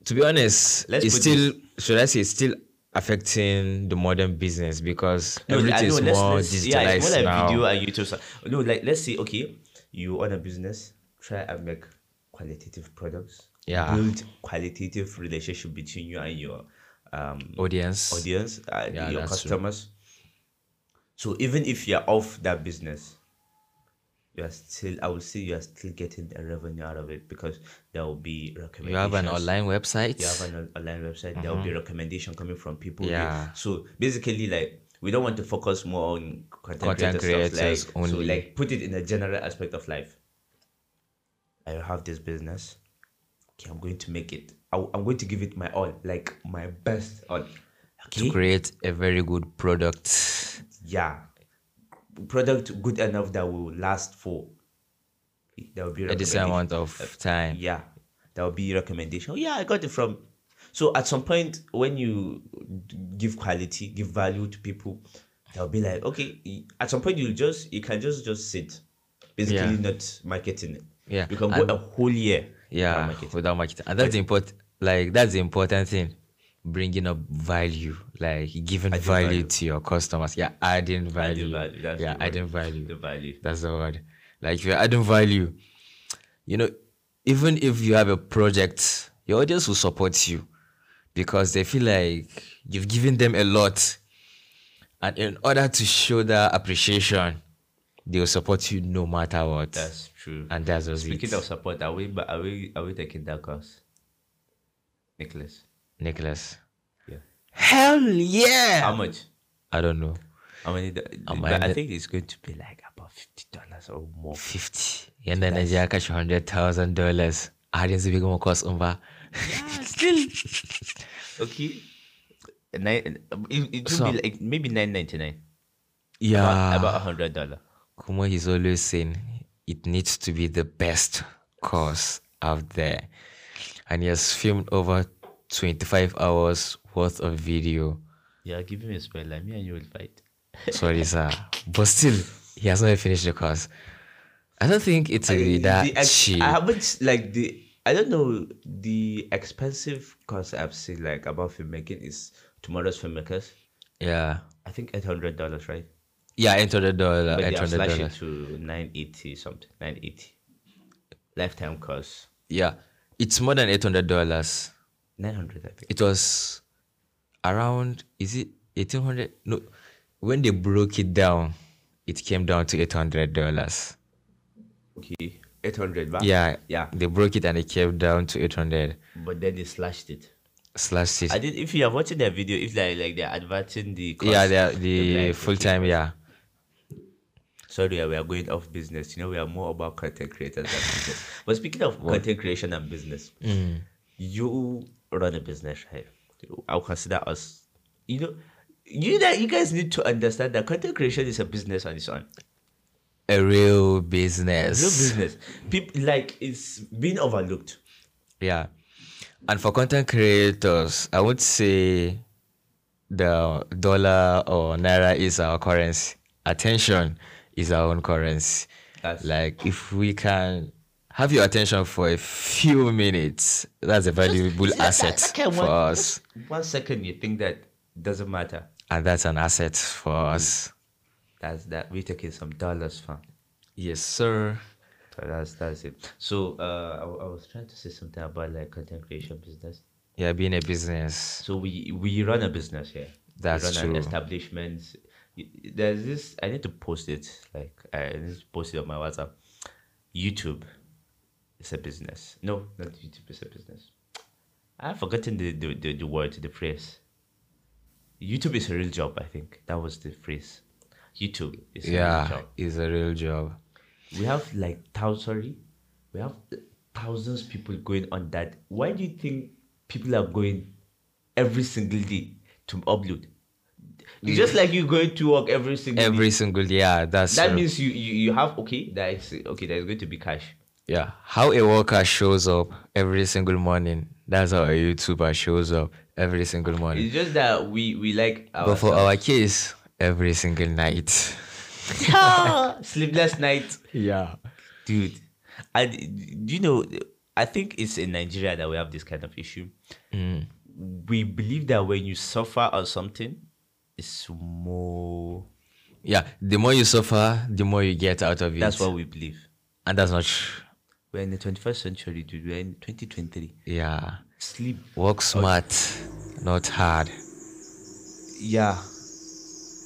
S2: to be honest,
S1: Let's
S2: it's
S1: put
S2: still should I say it's still affecting the modern business because
S1: No, I
S2: everything
S1: know,
S2: is
S1: let's-
S2: more
S1: let's-
S2: digitalized
S1: Yeah, it's more like
S2: now.
S1: video and YouTube. stuff. No, like let's say okay, you own a business, try and make qualitative products.
S2: Yeah.
S1: Build qualitative relationship between you and your um
S2: Audience,
S1: audience, uh,
S2: Yeah,
S1: your
S2: that's true.
S1: customers. So even if you're off that business, you are still I would say you are still getting a revenue out of it because there will be recommendations.
S2: you have an online website.
S1: You have an on- online website. There will be recommendation coming from people.
S2: Yeah.
S1: So basically, like we don't want to focus more on content,
S2: Content
S1: creators, stuff,
S2: creators
S1: like, So
S2: only.
S1: like put it in a general aspect of life. I have this business. Okay, I'm going to make it. I, am going to give it my all, like my best all. Okay.
S2: create a very good product.
S1: Yeah. Product good enough that will last for. There will be
S2: a decent
S1: recommendation.
S2: amount of time.
S1: Yeah, that will be recommendation. Oh, yeah, I got it from. So at some point, when you give quality, give value to people, they'll be like, okay. y- At some point, you just you can just just sit, basically
S2: Yeah.
S1: not marketing it.
S2: Yeah,
S1: you can go
S2: and-
S1: a whole year. without
S2: Yeah,
S1: marketing.
S2: without marketing, and that's important. Like that's the important thing, bringing up value, like giving
S1: Adding
S2: value,
S1: value.
S2: to your customers. Yeah, adding value.
S1: Adding value, that's
S2: yeah,
S1: the word.
S2: adding value.
S1: the value.
S2: That's the word. Like if you're adding value, you know, even if you have a project, your audience will support you because they feel like you've given them a lot. And in order to show that appreciation, they will support you no matter what.
S1: That's true.
S2: and that's just
S1: Speaking
S2: it.
S1: of support, are we but are we are we taking that course, Nicholas?
S2: Nicholas.
S1: Yeah.
S2: Hell
S1: How
S2: yeah!
S1: much?
S2: I don't know.
S1: How many? do-
S2: Am
S1: but
S2: I-
S1: I think it's going to be like about fifty dollars or more.
S2: 50. And then Nigeria catch $100,000. I didn't see big more cost over. Still.
S1: Okay. Nine, it, it
S2: So- Ah.
S1: will be like maybe nine ninety nine.
S2: *laughs* Yeah.
S1: about a hundred dollar.
S2: Kumo is always saying it needs to be the best course out there. And he has filmed over 25 hours worth of video.
S1: Yeah, give me a spoiler. Me and you will fight.
S2: *laughs* Sorry, sir. But still, he has not yet finished the course. I don't think it will be that
S1: the ex-
S2: cheap.
S1: I haven't like the I don't know the expensive cost I've seen like about filmmaking is tomorrow's filmmakers.
S2: yeah.
S1: I think eight hundred dollars, right?
S2: Yeah, eight hundred
S1: But
S2: dollar,
S1: they
S2: eight
S1: have
S2: hundred
S1: slashed it
S2: dollars.
S1: to nine eighty something, nine eighty. Lifetime cost
S2: Yeah, it's more than eight hundred dollars.
S1: nine hundred, I think.
S2: It was around is it eighteen hundred? No, when they broke it down, it came down to eight hundred dollars.
S1: Okay, eight hundred baht.
S2: Yeah,
S1: Ah. yeah.
S2: They broke it and it came down to eight hundred
S1: But then they slashed it.
S2: slash it.
S1: I did. If you are watching their video, if like like they're advertising the cost,
S2: Yeah, they are
S1: they'll be
S2: the
S1: like,
S2: full time. Yeah,
S1: Sorry, we are going off business. You know, we are more about content creators than
S2: *laughs*
S1: business. But speaking of content creation and business,
S2: Mm.
S1: you run a business, right? I'll consider us. You know, you that you guys need to understand that content creation is a business on its own.
S2: a real
S1: It's
S2: business.
S1: a business. People like it's being overlooked.
S2: Yeah. And for content creators, I would say the dollar or naira is our currency. Attention is our own currency.
S1: That's-
S2: like if we can have your attention for a few minutes, that's a valuable
S1: That- that-
S2: asset
S1: that can
S2: for
S1: one-
S2: us.
S1: One second, you think that doesn't matter.
S2: And that's an asset for us.
S1: That's that we're taking some dollars from.
S2: Yes, sir.
S1: So that's that's it. So uh, I, wa- I was trying to say something about like content creation business.
S2: Yeah, being a business.
S1: So we we run a business here.
S2: That's
S1: we run
S2: true.
S1: An establishment. Y- There's this. I need to post it. Like I need to post it on my WhatsApp. YouTube, is a business. No, not YouTube. It's a business. I've forgotten the the, the, the word the phrase. YouTube is a real job. I think that was the phrase. YouTube is a real
S2: Yeah,
S1: job.
S2: it's a real job.
S1: We have like thousands. Sorry, we have thousands people going on that. Why do you think people are going every single day to upload? It's just like you going to work every single day.
S2: Every single yeah, that's
S1: That
S2: true.
S1: means you, you you have okay. That is okay. There's going to be cash.
S2: Yeah, how a worker shows up every single morning. That's how a YouTuber shows up every single morning.
S1: It's just that we we like our
S2: But for our kids, every single night.
S1: *laughs* sleepless night,
S2: Yeah.
S1: dude. I do you know? I think it's in Nigeria that we have this kind of issue.
S2: Mm.
S1: We believe that when you suffer or something, it's more
S2: Yeah. The more you suffer, the more you get out of it.
S1: That's what we believe.
S2: and that's not true.
S1: We're in the 21st century, dude. We're in 2023.
S2: Yeah.
S1: Sleep.
S2: Work smart, not hard.
S1: Yeah.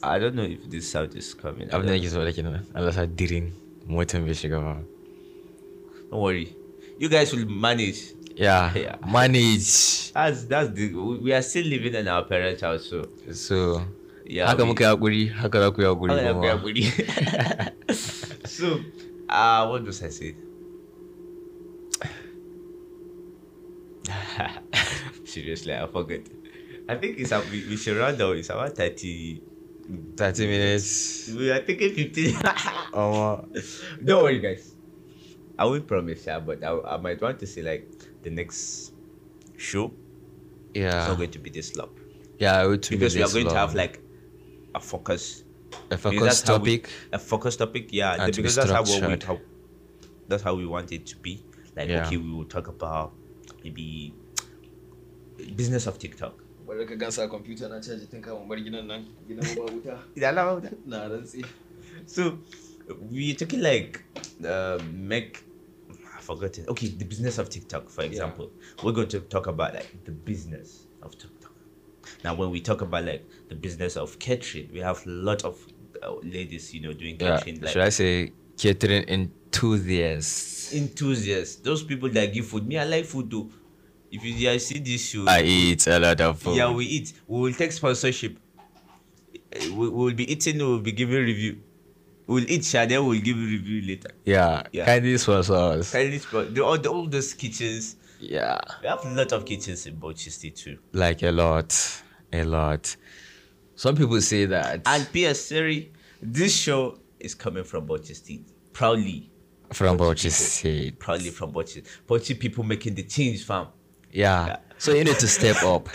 S1: I don't know if this sound is coming. I
S2: I'm
S1: don't,
S2: not used to like you know, unless I didn't motivation. about.
S1: don't worry. You guys will manage.
S2: Yeah.
S1: Yeah.
S2: Manage.
S1: That's that's the we we are still living in our parents' house, so
S2: So
S1: yeah.
S2: how
S1: we- Oh,
S2: come okay, Aguri? How come okay, Aguri,
S1: I'm gonna
S2: Mama?
S1: grab with you.
S2: *laughs*
S1: so uh what does I say? *laughs* Seriously, I forgot. I think it's a, we, we should round down. It's about 30.
S2: 30 minutes.
S1: We are thinking 15. Oh,
S2: Mama.
S1: *laughs* Don't worry, guys. I will promise, yeah, but I, I might want to say like the next show
S2: Yeah.
S1: it's not going to be this long
S2: Yeah, it would Ah. be
S1: because we are
S2: this
S1: going to have
S2: long.
S1: like a focus,
S2: a
S1: because
S2: focus
S1: that's how we-
S2: topic.
S1: a focus topic, yeah,
S2: And
S1: the-
S2: to be
S1: because that's how what we
S2: structured.
S1: how, that's how we want it to be. Like,
S2: Yeah.
S1: okay, we will talk about maybe business of TikTok.
S3: bari ka gansa kwamfuta na caji tun kafin bar gidan nan gidan ba wuta
S1: Is that allowed?
S3: *laughs* na rantsi
S1: So we took it like uh, make I forgot it. Okay, the business of TikTok, for example. We're going to talk about like the business of TikTok. Now, when we talk about like the business of catering, we have a lot of uh, ladies, you know, doing
S2: Yeah.
S1: catering,
S2: Should
S1: like
S2: I say catering enthusiasts?
S1: enthusiasts. Those people that give food. Me, I like food too. If you I see this show,
S2: I eat a lot of food.
S1: yeah, we eat. We will take sponsorship. Eh, We we will be eating. We will be giving review. We'll eat, sha, then we'll give review later.
S2: yeah.
S1: Yeah.
S2: Kindly sponsor us.
S1: Chinese but the, all, the, all those kitchens.
S2: Yeah.
S1: We have a lot of kitchens in Bochiste too.
S2: Like a lot, a lot. Some people say that
S1: And PS Siri, this show is coming from Bochiste. Proudly.
S2: from Bauchi State.
S1: Proudly from Bochiste. Bochi people making the change, fam.
S2: Yeah. So you need to step
S1: *laughs*
S2: up.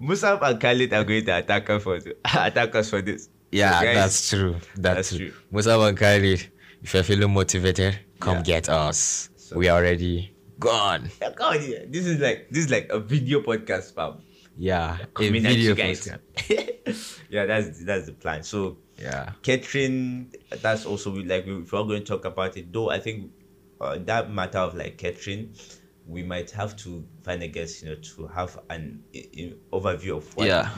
S1: Musab and Khalid are going to attack us for, *laughs* attack us for this.
S2: Yeah,
S1: So guys,
S2: that's true. That's,
S1: that's
S2: true.
S1: true.
S2: Musa Bankari, If you're feeling motivated, come get us. we are already gone.
S1: Yeah, come on here. This is like this is like a video podcast, fam.
S2: Yeah, a
S1: Coming at
S2: video
S1: you guys.
S2: post.
S1: *laughs* yeah, that's that's the plan. So
S2: Yeah,
S1: catering, that's also we- like if we're going to talk about it. Though I think uh, that matter of like catering, we might have to find a guest, you know, to have an i- i- overview of what
S2: yeah.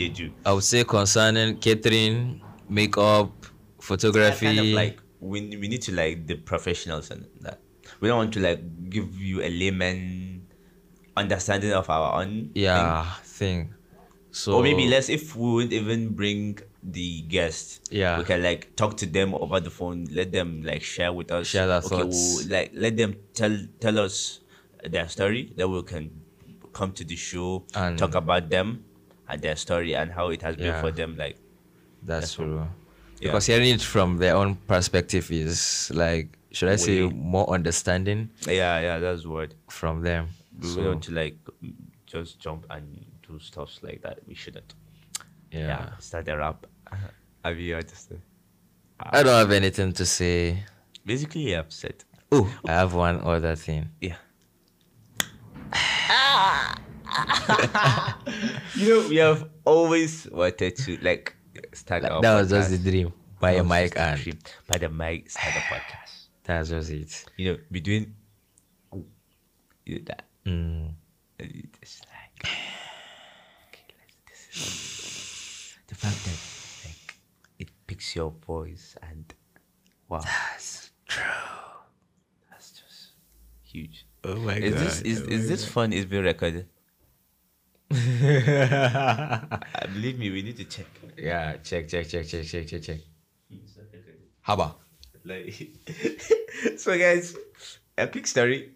S1: they do.
S2: I would say concerning catering, makeup, photography.
S1: kind of like we, we need to like the professionals and that. We don't want to like give you a layman understanding of our own.
S2: yeah thing. So
S1: or maybe less if we would even bring the guest
S2: Yeah.
S1: we can like talk to them over the phone let them like share with us
S2: Share their
S1: okay,
S2: thoughts.
S1: we'll, like let them tell tell us their story then we can come to the show
S2: And-
S1: talk about them and their story and how it has been
S2: Yeah.
S1: for them like
S2: That's true.
S1: Yeah.
S2: Because hearing it from their own perspective is like, should I say,
S1: Way-
S2: more understanding
S1: yeah yeah that's what
S2: from them.
S1: we
S2: So,
S1: don't want to like just jump and do stuff like that we shouldn't
S2: yeah.
S1: yeah, start a
S2: *laughs*
S1: rap have you understood
S2: I don't have anything to say.
S1: basically yeah, upset
S2: Oh, I have one other thing.
S1: Yeah. *laughs* you know, we have always wanted to like start
S2: Like,
S1: our
S2: that was
S1: podcast.
S2: just the dream. Buy a
S1: Oh, That was
S2: mic
S1: just a
S2: and
S1: dream. by the mic start a podcast.
S2: that's just it.
S1: You know, be doing you know, that.
S2: Mm.
S1: And you just like okay, let's, this is the fact that like it picks your voice and wow,
S2: That's true.
S1: that's just huge.
S2: Oh my
S1: Is this
S2: *laughs*
S1: is, is this fun? Is being recorded? Uh, believe me, we need to check. *laughs*
S2: yeah, check, check, check, check, check, check, check. Haba.
S1: Like, *laughs* so guys, a quick story.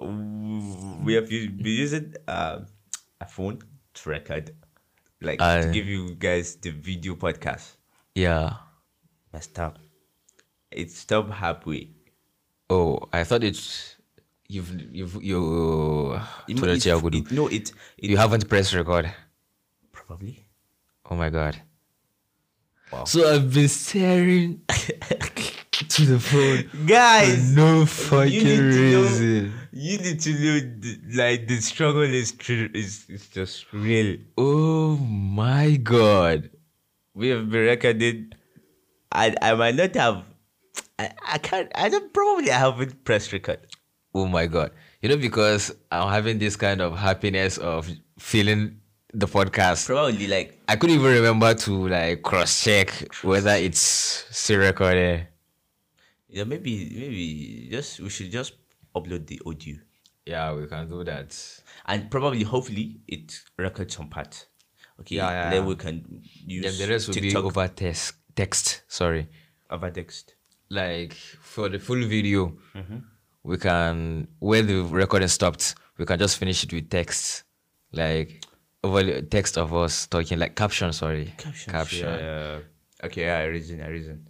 S1: We have u- been using uh, a phone to record, like to
S2: Aye.
S1: give you guys the video podcast.
S2: Yeah.
S1: But stop. It stopped halfway.
S2: Oh, I thought it's you've you've you.
S1: It-
S2: Toilet
S1: it-
S2: chair good.
S1: it- no, it it
S2: you haven't pressed record.
S1: probably.
S2: Oh my god.
S1: Wow.
S2: So I've been staring *laughs* to the phone
S1: Guys,
S2: no fucking
S1: to know-
S2: reason.
S1: you need to know the, like the struggle is true. Is is just real.
S2: Oh my god.
S1: we have been recording. I I might not have. I, I can't. I don't probably I haven't pressed record.
S2: Oh my god. You know, because I'm having this kind of happiness of feeling the podcast.
S1: Probably like
S2: I couldn't even remember to like cross check whether it's still recorded.
S1: yeah maybe maybe just we should just upload the audio
S2: Yeah, we can do that.
S1: and probably hopefully it records some part. Okay.
S2: Yeah, yeah,
S1: Then
S2: yeah.
S1: we can use
S2: Then the rest will be
S1: TikTok
S2: over text. Text, sorry.
S1: over text.
S2: like for the full video,
S1: Mm-hmm.
S2: we can where the recording stopped, we can just finish it with text, like over the text of us talking, like caption. Sorry,
S1: Captions,
S2: caption.
S1: Yeah. Okay. Yeah. I reason. I reason.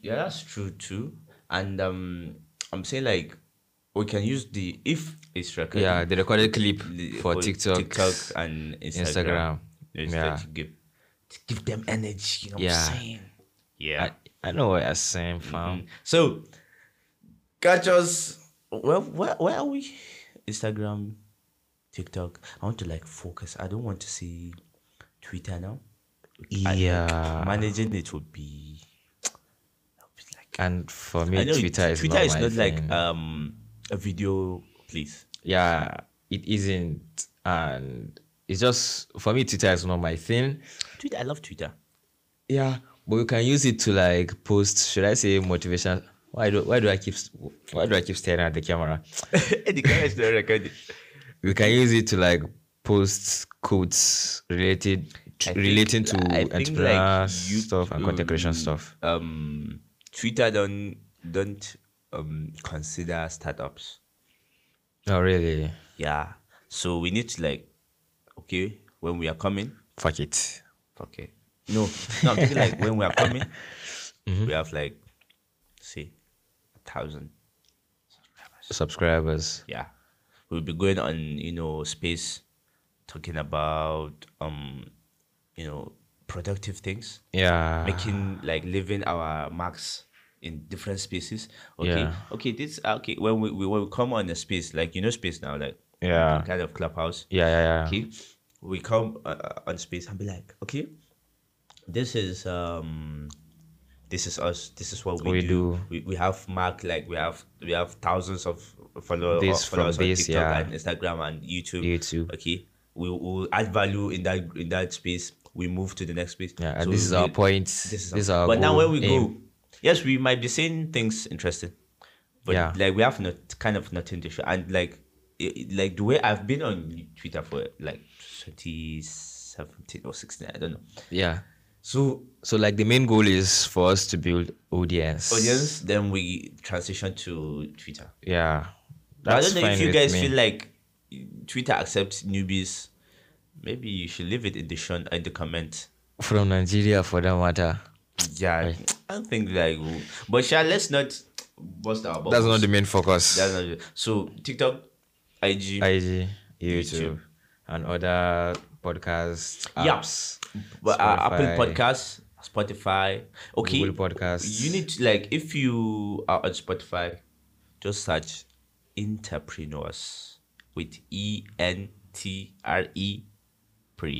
S1: Yeah, that's true too. And um, I'm saying like we can use the if it's recorded.
S2: Yeah, the recorded clip
S1: the-
S2: for TikTok.
S1: TikTok and Instagram.
S2: Instagram.
S1: It's
S2: Yeah.
S1: like to give to give them energy. You know what
S2: Yeah.
S1: I'm saying? Yeah.
S2: I, I know what I'm saying, fam.
S1: so catch us. Well, where where are we? Instagram, TikTok. I want to like focus. I don't want to see Twitter now. I think
S2: Yeah.
S1: managing it would be. that would be like-
S2: And for me,
S1: I know
S2: Twitter is
S1: Twitter
S2: not,
S1: is
S2: my
S1: not like
S2: thing.
S1: um a video place.
S2: yeah, it isn't, and it's just for me, Twitter is not my thing.
S1: Twitter, I love
S2: *laughs*
S1: Twitter.
S2: Yeah, but you can use it to like post. Should I say motivation? Why do why do I keep why do I keep staring at the camera?
S1: the camera is not recording.
S2: We can use it to like post quotes related
S1: I think-
S2: relating to
S1: I think, like,
S2: entrepreneur
S1: you-
S2: stuff and content creation stuff.
S1: um Twitter don't don't um consider startups.
S2: Oh really?
S1: Yeah. So we need to like okay, when we are coming,
S2: Fuck it.
S1: okay. No, no, I'm thinking like when we are coming, we have like say a thousand.
S2: Subscribers.
S1: Yeah. We'll be going on, you know, space talking about um, you know, productive things.
S2: Yeah. Ah.
S1: Making like living our marks in different spaces. Okay,
S2: Yeah.
S1: okay, this ah, okay. When we, we when we come on a space like you know space now like
S2: Yeah.
S1: kind of clubhouse.
S2: Yeah, yeah, yeah.
S1: Okay, we come uh, uh, on space and be like, okay, this is um, this is us. This is what we,
S2: We
S1: do.
S2: do.
S1: We, we have mark like we have we have thousands of follow- uh,
S2: This
S1: followers
S2: from
S1: on
S2: this,
S1: TikTok
S2: yeah.
S1: and Instagram and YouTube.
S2: YouTube.
S1: Okay, we will add value in that in that space. We move to the next space.
S2: Yeah, and
S1: So
S2: this is
S1: we-
S2: our point.
S1: This is
S2: this is
S1: our,
S2: our
S1: but now
S2: goal,
S1: when we
S2: aim.
S1: go, yes, we might be saying things interesting, but
S2: Yeah.
S1: like we have not kind of nothing to show. And like, it, it- like the way I've been on Twitter for like 2017 or 16, I don't know.
S2: Yeah.
S1: So
S2: So like the main goal is for us to build audience.
S1: audience, then we transition to Twitter.
S2: Yeah.
S1: But I
S2: That's
S1: don't know
S2: fine
S1: if you
S2: with
S1: guys
S2: me.
S1: feel like Twitter accepts newbies. Maybe you should leave it in the shun in the comment.
S2: from Nigeria for that matter.
S1: Yeah, I don't think like, we- but Sha, let's not bust our bubbles.
S2: That's not the main focus.
S1: That's not so TikTok, IG.
S2: IG, YouTube,
S1: YouTube.
S2: and other podcast
S1: Yeah.
S2: apps.
S1: But uh, Apple
S2: Spotify.
S1: Podcasts, Spotify. Okay.
S2: Google Podcasts.
S1: You need to like if you are on Spotify, just search entrepreneurs with E N T R E pre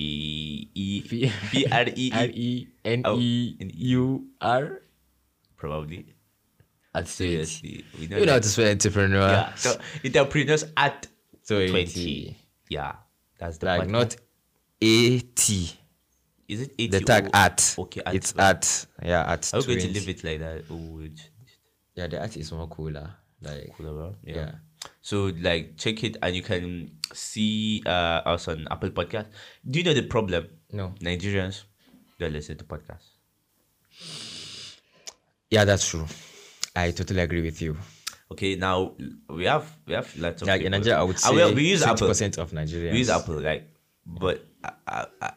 S1: E
S2: P- *laughs*
S1: P R E
S2: R
S1: E
S2: E N
S1: Oh,
S2: E
S1: N E.
S2: U R.
S1: probably. At seriously, we know
S2: You know how
S1: that.
S2: to spell entrepreneur.
S1: yeah. So entrepreneurs at
S2: So it-
S1: twenty. Yeah, that's the
S2: Like
S1: podcast.
S2: not A T.
S1: is it 80
S2: The tag
S1: or-
S2: at.
S1: Okay, at
S2: it's at. Yeah, at.
S1: Are we going to
S2: 20.
S1: leave it like that? Oh, we changed
S2: Yeah, the at is more cooler. Like
S1: it around. Yeah.
S2: Yeah.
S1: So like check it and you can see uh, us on Apple Podcast. Do you know the problem?
S2: no.
S1: Nigerians don't listen to podcasts.
S2: Yeah, that's true. I totally agree with you.
S1: Okay, now we have we have lots of
S2: Like in
S1: people.
S2: Nigeria, I would
S1: Ah,
S2: say
S1: well, we use Apple.
S2: percent of Nigerians.
S1: We use Apple, like, but I, I, I,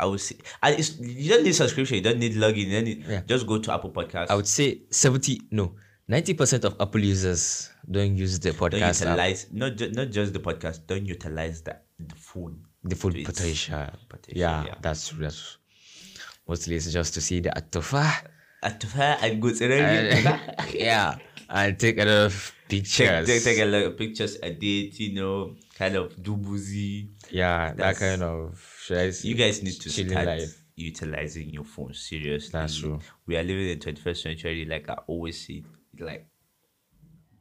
S1: I would say, and it's, you don't need subscription, you don't need login, you don't need,
S2: Yeah.
S1: just go to Apple Podcasts.
S2: I would say 70, no, 90% of Apple users don't use the
S1: don't
S2: podcast app,
S1: utilize not ju- not just the podcast. Don't utilize the the phone.
S2: the full
S1: to its
S2: potential.
S1: potential,
S2: yeah,
S1: yeah.
S2: that's true. That's true. Mostly it's just to see the atofa.
S1: At fair and good.
S2: *laughs*
S1: Check,
S2: yeah, and take a lot of pictures.
S1: take, take a lot of pictures, edit, you know, kind of do boozy.
S2: yeah, that
S1: That's-
S2: kind of. Should I say,
S1: You guys need to
S2: chilling
S1: start
S2: life.
S1: utilizing your phone seriously.
S2: That's true.
S1: We are living in twenty first century, like I always say, like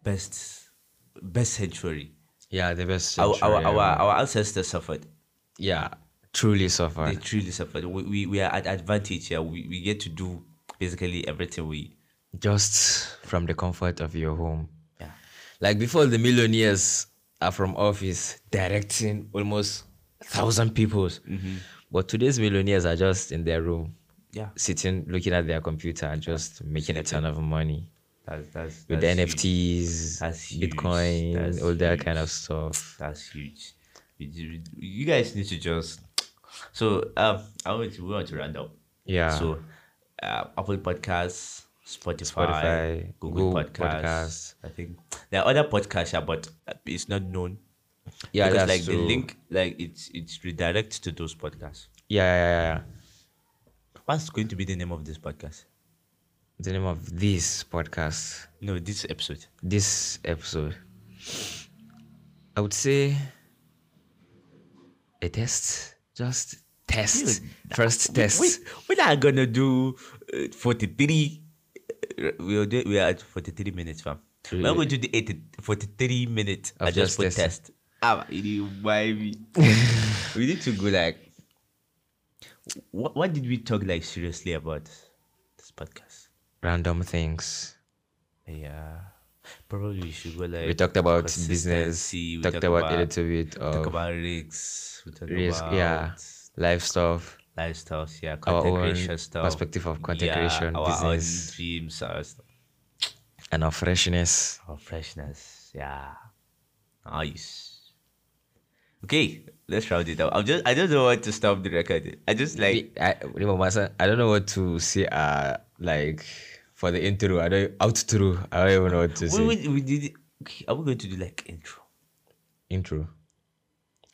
S1: best best century.
S2: Yeah, the best.
S1: Our our,
S2: century,
S1: our
S2: yeah.
S1: our ancestors suffered.
S2: yeah, truly
S1: They
S2: suffered.
S1: truly suffered. We, we, we are at advantage here. We, we get to do basically everything we
S2: Just from the comfort of your home.
S1: yeah.
S2: Like before, the millionaires are from office directing almost thousand people.
S1: Mm-hmm.
S2: But today's millionaires are just in their room,
S1: Yeah.
S2: sitting, looking at their computer, and just making a ton of money
S1: That's that's
S2: with
S1: that's huge.
S2: NFTs,
S1: That's huge.
S2: Bitcoin,
S1: That's
S2: all that
S1: huge.
S2: kind of stuff.
S1: That's huge. You ju- You guys need to just so um I want to, we want to round up.
S2: Yeah.
S1: So uh, Apple Podcasts, Spotify,
S2: Spotify,
S1: Google,
S2: Google
S1: Podcasts.
S2: Podcasts.
S1: I think there are other podcasts, yeah, but it's not known.
S2: yeah,
S1: because
S2: that's
S1: like the
S2: true.
S1: link, like it's it's redirected to those podcasts.
S2: Yeah, yeah, yeah, yeah.
S1: What's going to be the name of this podcast?
S2: The name of this podcast,
S1: No, this episode.
S2: this episode, I would say a test, just test, first test.
S1: We, we, are not gonna do uh, 43. uh, We'll do, we are at 43 minutes, fam. We're not going to do the 80, 43 minutes.
S2: Of
S1: I just
S2: just
S1: put
S2: testing.
S1: test. Ah, it is why *laughs* we, we need to go like. What, what did we talk like seriously about this podcast?
S2: random things.
S1: Yeah, probably we should go like.
S2: We talked about business,
S1: consistency, we
S2: talked about, a little bit
S1: talk
S2: of
S1: about risks. We talk
S2: risk,
S1: about
S2: yeah, life stuff.
S1: lifestyles, yeah,
S2: Our
S1: content
S2: own
S1: creation stuff,
S2: perspective of content
S1: yeah,
S2: creation,
S1: our
S2: business.
S1: own dreams, our, st-
S2: and our freshness.
S1: our freshness, yeah, nice. Okay, let's round it up. I'm just, I just don't want to stop the record. I just like,
S2: I, you know, my son, I don't know what to say. Uh, like for the intro, I don't outro. I don't even know what to
S1: we,
S2: say.
S1: we, we did. Okay, are we going to do like intro?
S2: intro,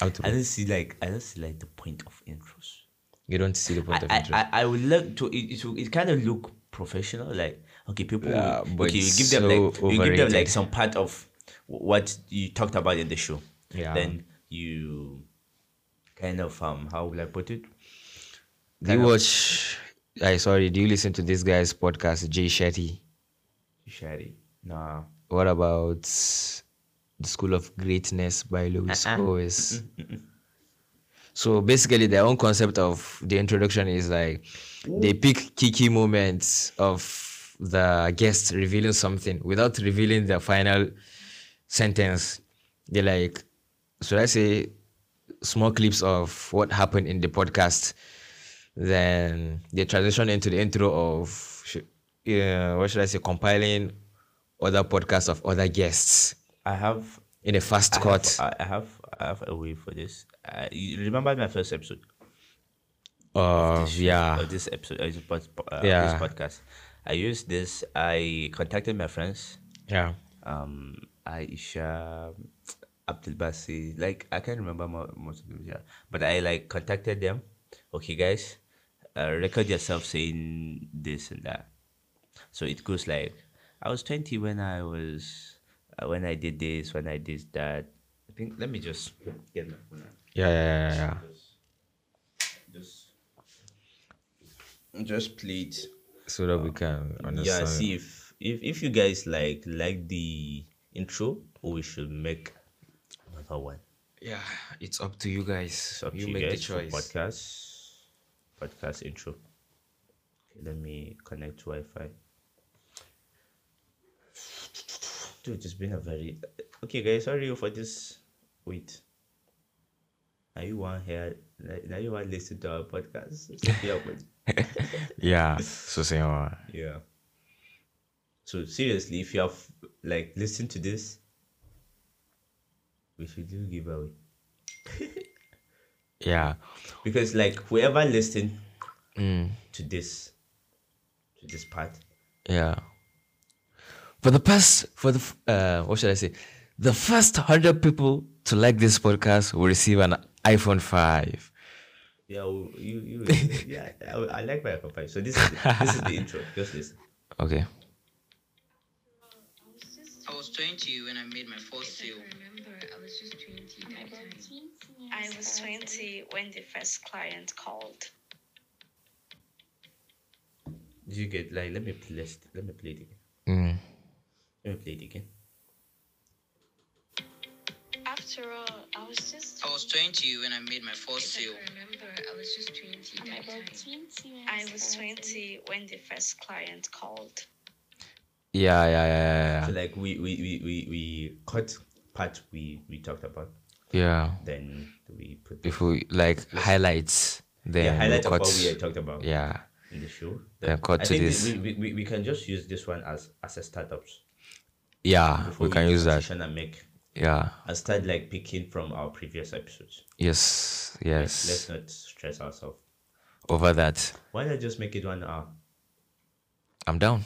S2: outro.
S1: I don't see like, I don't see like the point of intros.
S2: you don't see the point
S1: I,
S2: of
S1: I,
S2: intro.
S1: I, I would love to. It, it, will- it kind of look professional, like okay, people.
S2: Yeah,
S1: will-
S2: but
S1: okay, you
S2: it's
S1: give them like
S2: so
S1: you give them like
S2: overrated.
S1: some part of what you talked about in the show.
S2: Yeah.
S1: Then you kind of um how will I put it?
S2: Do you watch? I sorry. Do you listen to this guy's podcast, Jay Shetty?
S1: Share it. Nah.
S2: What about the School of Greatness by Lewis Howes? So basically, their own concept of the introduction is like they pick key key moments of the guest revealing something without revealing the final sentence. They like, so I say, small clips of what happened in the podcast. Then they transition into the intro of, sh- yeah, what should I say, compiling other podcasts of other guests
S1: I have
S2: in a fast cut
S1: I I have I have a way for this. I, you remember my first episode
S2: of Oh, yeah
S1: of this episode of this, pod, uh,
S2: Yeah.
S1: this podcast. I used this. I contacted my friends.
S2: yeah
S1: um Aisha Abdulbasi. Like I can't remember mo- most of them, yeah. But I like contacted them. Okay, guys, uh, record yourself saying this and that. So it goes like, I was twenty when I was uh, when I did this, when I did that. I think let me just get my phone. out.
S2: yeah yeah yeah, yeah.
S1: Just just play it.
S2: so that we can
S1: Yeah,
S2: understand
S1: see if if if you guys like like the intro, we should make another one.
S2: yeah it's up to you guys
S1: It's up
S2: you
S1: to
S2: make the
S1: guys for
S2: choice
S1: Podcast, podcast intro. Okay, let me connect to Wi-Fi. Dude, it's been a very okay, guys. Sorry for this. Wait. Now you want here? Now you want listen to our podcast? yeah, but-
S2: yeah so say uh,
S1: yeah. So seriously, if you have like listened to this, we should do giveaway
S2: yeah
S1: because like whoever listened to this, to this part,
S2: yeah for the past for the f- uh what should i say the first 100 people to like this podcast will receive an iphone 5
S1: yeah, you you *laughs* yeah, I, I like my profile. So this is this is the intro. Just listen.
S2: okay
S4: I was 20 when I made my first sale.
S5: remember I was just 20 that time.
S6: I was 20 when the first client called.
S1: Did you get like? Let me play. Let let me play it again.
S2: Mm.
S1: Let me play it again.
S6: After all, I was just
S4: I was 20 when I made my first
S5: If I
S4: sale.
S5: can remember I was just 20 that time.
S6: I was 20 when the first client called.
S2: yeah yeah yeah
S1: So
S2: yeah
S1: like we we we we we cut part we we talked about.
S2: yeah
S1: Then we put the
S2: if we like highlights then
S1: yeah,
S2: we'll
S1: highlight of
S2: cut-
S1: what we had talked about.
S2: yeah
S1: in the show.
S2: Yeah, cut
S1: I
S2: to
S1: think we-
S2: this.
S1: We, we, we, we can just use this one as as a startup.
S2: yeah we can use that
S1: And make
S2: yeah
S1: and start like picking from our previous episodes.
S2: yes yes
S1: Let's not stress ourselves.
S2: over that
S1: Why not just make it one hour?
S2: i'm down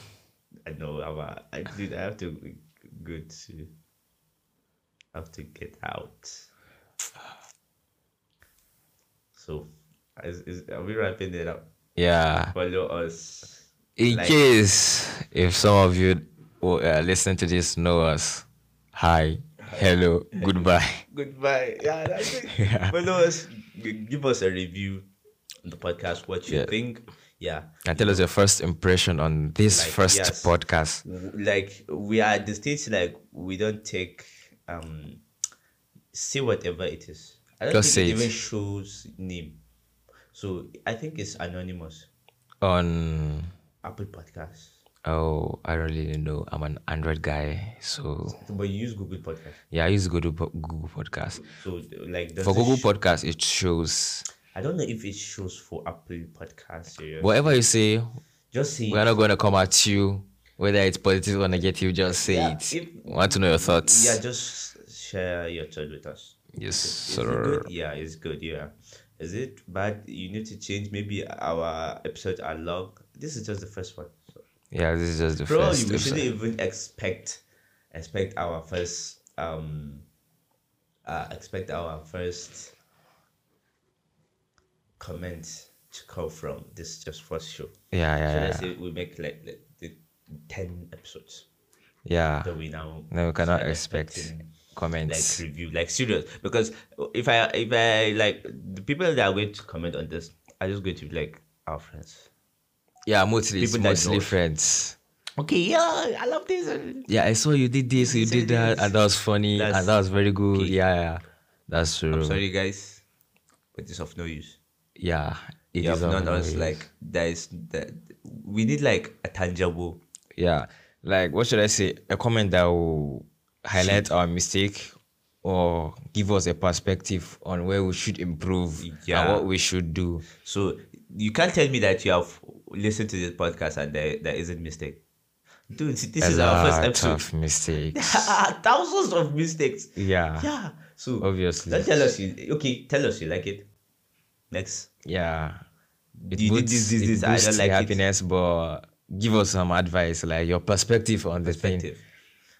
S1: I know I'm a, I dude, I have to go to I have to get out. So is, is are we wrapping it up?
S2: yeah
S1: Follow us.
S2: in
S1: Like-
S2: case if some of you who uh, listen to this know us hi hello goodbye
S1: goodbye. Yeah, that's it.
S2: *laughs* Yeah.
S1: Follow us. G- Give us a review on the podcast. What you
S2: Yeah.
S1: think? Yeah,
S2: and tell us your first impression on this
S1: Like,
S2: first
S1: yes.
S2: podcast
S1: W- like we are at the stage like we don't take um say whatever it is. I don't think
S2: Just say
S1: it
S2: it.
S1: even shows name. So I think it's anonymous.
S2: on
S1: Apple Podcasts.
S2: oh i really didn't know i'm an android guy so
S1: But you use Google Podcast.
S2: yeah i use google, Po- google podcast
S1: So like does
S2: for
S1: it
S2: google
S1: sh-
S2: podcast it shows
S1: I don't know if it shows for Apple Podcasts. seriously.
S2: whatever you say
S1: Just see.
S2: We're not going to come at you, whether it's positive or negative. Just say
S1: Yeah,
S2: it.
S1: if-
S2: We want to know your thoughts?
S1: Yeah, just share your thoughts with us.
S2: yes,
S1: Is it
S2: sir.
S1: good? Yeah, it's good. Yeah. Is it bad? You need to change. Maybe our episodes are long. This is just the first one. So
S2: Yeah, this is just the
S1: probably
S2: first.
S1: we shouldn't
S2: episode.
S1: even expect expect our first um uh expect our first comment to come from this just first show.
S2: Yeah,
S1: So
S2: yeah,
S1: let's
S2: yeah.
S1: say we make like, like the ten episodes
S2: Yeah.
S1: that we now
S2: No, we cannot
S1: start
S2: expect
S1: expecting,
S2: comments.
S1: like review like serious because if I if I like the people that are going to comment on this are just going to be like our friends.
S2: yeah, mostly it's
S1: people that
S2: mostly
S1: know.
S2: friends.
S1: Okay, yeah, I love this.
S2: Yeah, I saw you did this, you
S1: So
S2: did
S1: it
S2: that,
S1: is.
S2: and that was funny,
S1: That's-
S2: and that was very good.
S1: okay.
S2: Yeah, yeah, that's true.
S1: I'm sorry, guys, but it's of no use.
S2: Yeah, it is
S1: you have
S2: of
S1: known
S2: no
S1: us
S2: use.
S1: like there is that we need like a tangible
S2: yeah, like what should I say? A comment that will highlight our mistake or give us a perspective on where we should improve and
S1: Yeah.
S2: what we should do.
S1: so you can't tell me that you have listened to this podcast and there, there isn't mistake dude this is
S2: There's
S1: our
S2: a
S1: first
S2: lot
S1: episode
S2: of
S1: *laughs*
S2: mistakes.
S1: thousands of mistakes
S2: yeah, yeah,
S1: yeah so
S2: Ah, Obviously.
S1: don't tell us you okay tell us you like it next
S2: It
S1: You did
S2: boosts,
S1: this, this,
S2: it
S1: this, I don't
S2: boosts the
S1: like it.
S2: happiness, but give us some advice, like your perspective on the thing.
S1: perspective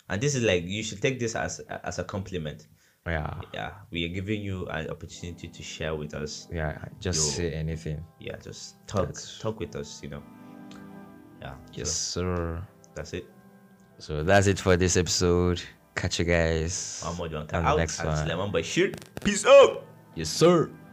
S1: and this is like you should take this as as a compliment
S2: Yeah,
S1: yeah we are giving you an opportunity to share with us
S2: yeah, just
S1: Yo.
S2: say anything.
S1: yeah just talk
S2: That's-
S1: talk with us you know yeah so
S2: Yes, sir.
S1: that's it
S2: So that's it for this episode. Catch you guys
S1: Mahmoud Wanka
S2: on the
S1: out.
S2: next
S1: I'm
S2: one.
S1: Sulaiman Bashir. Peace out.
S2: Yes, sir.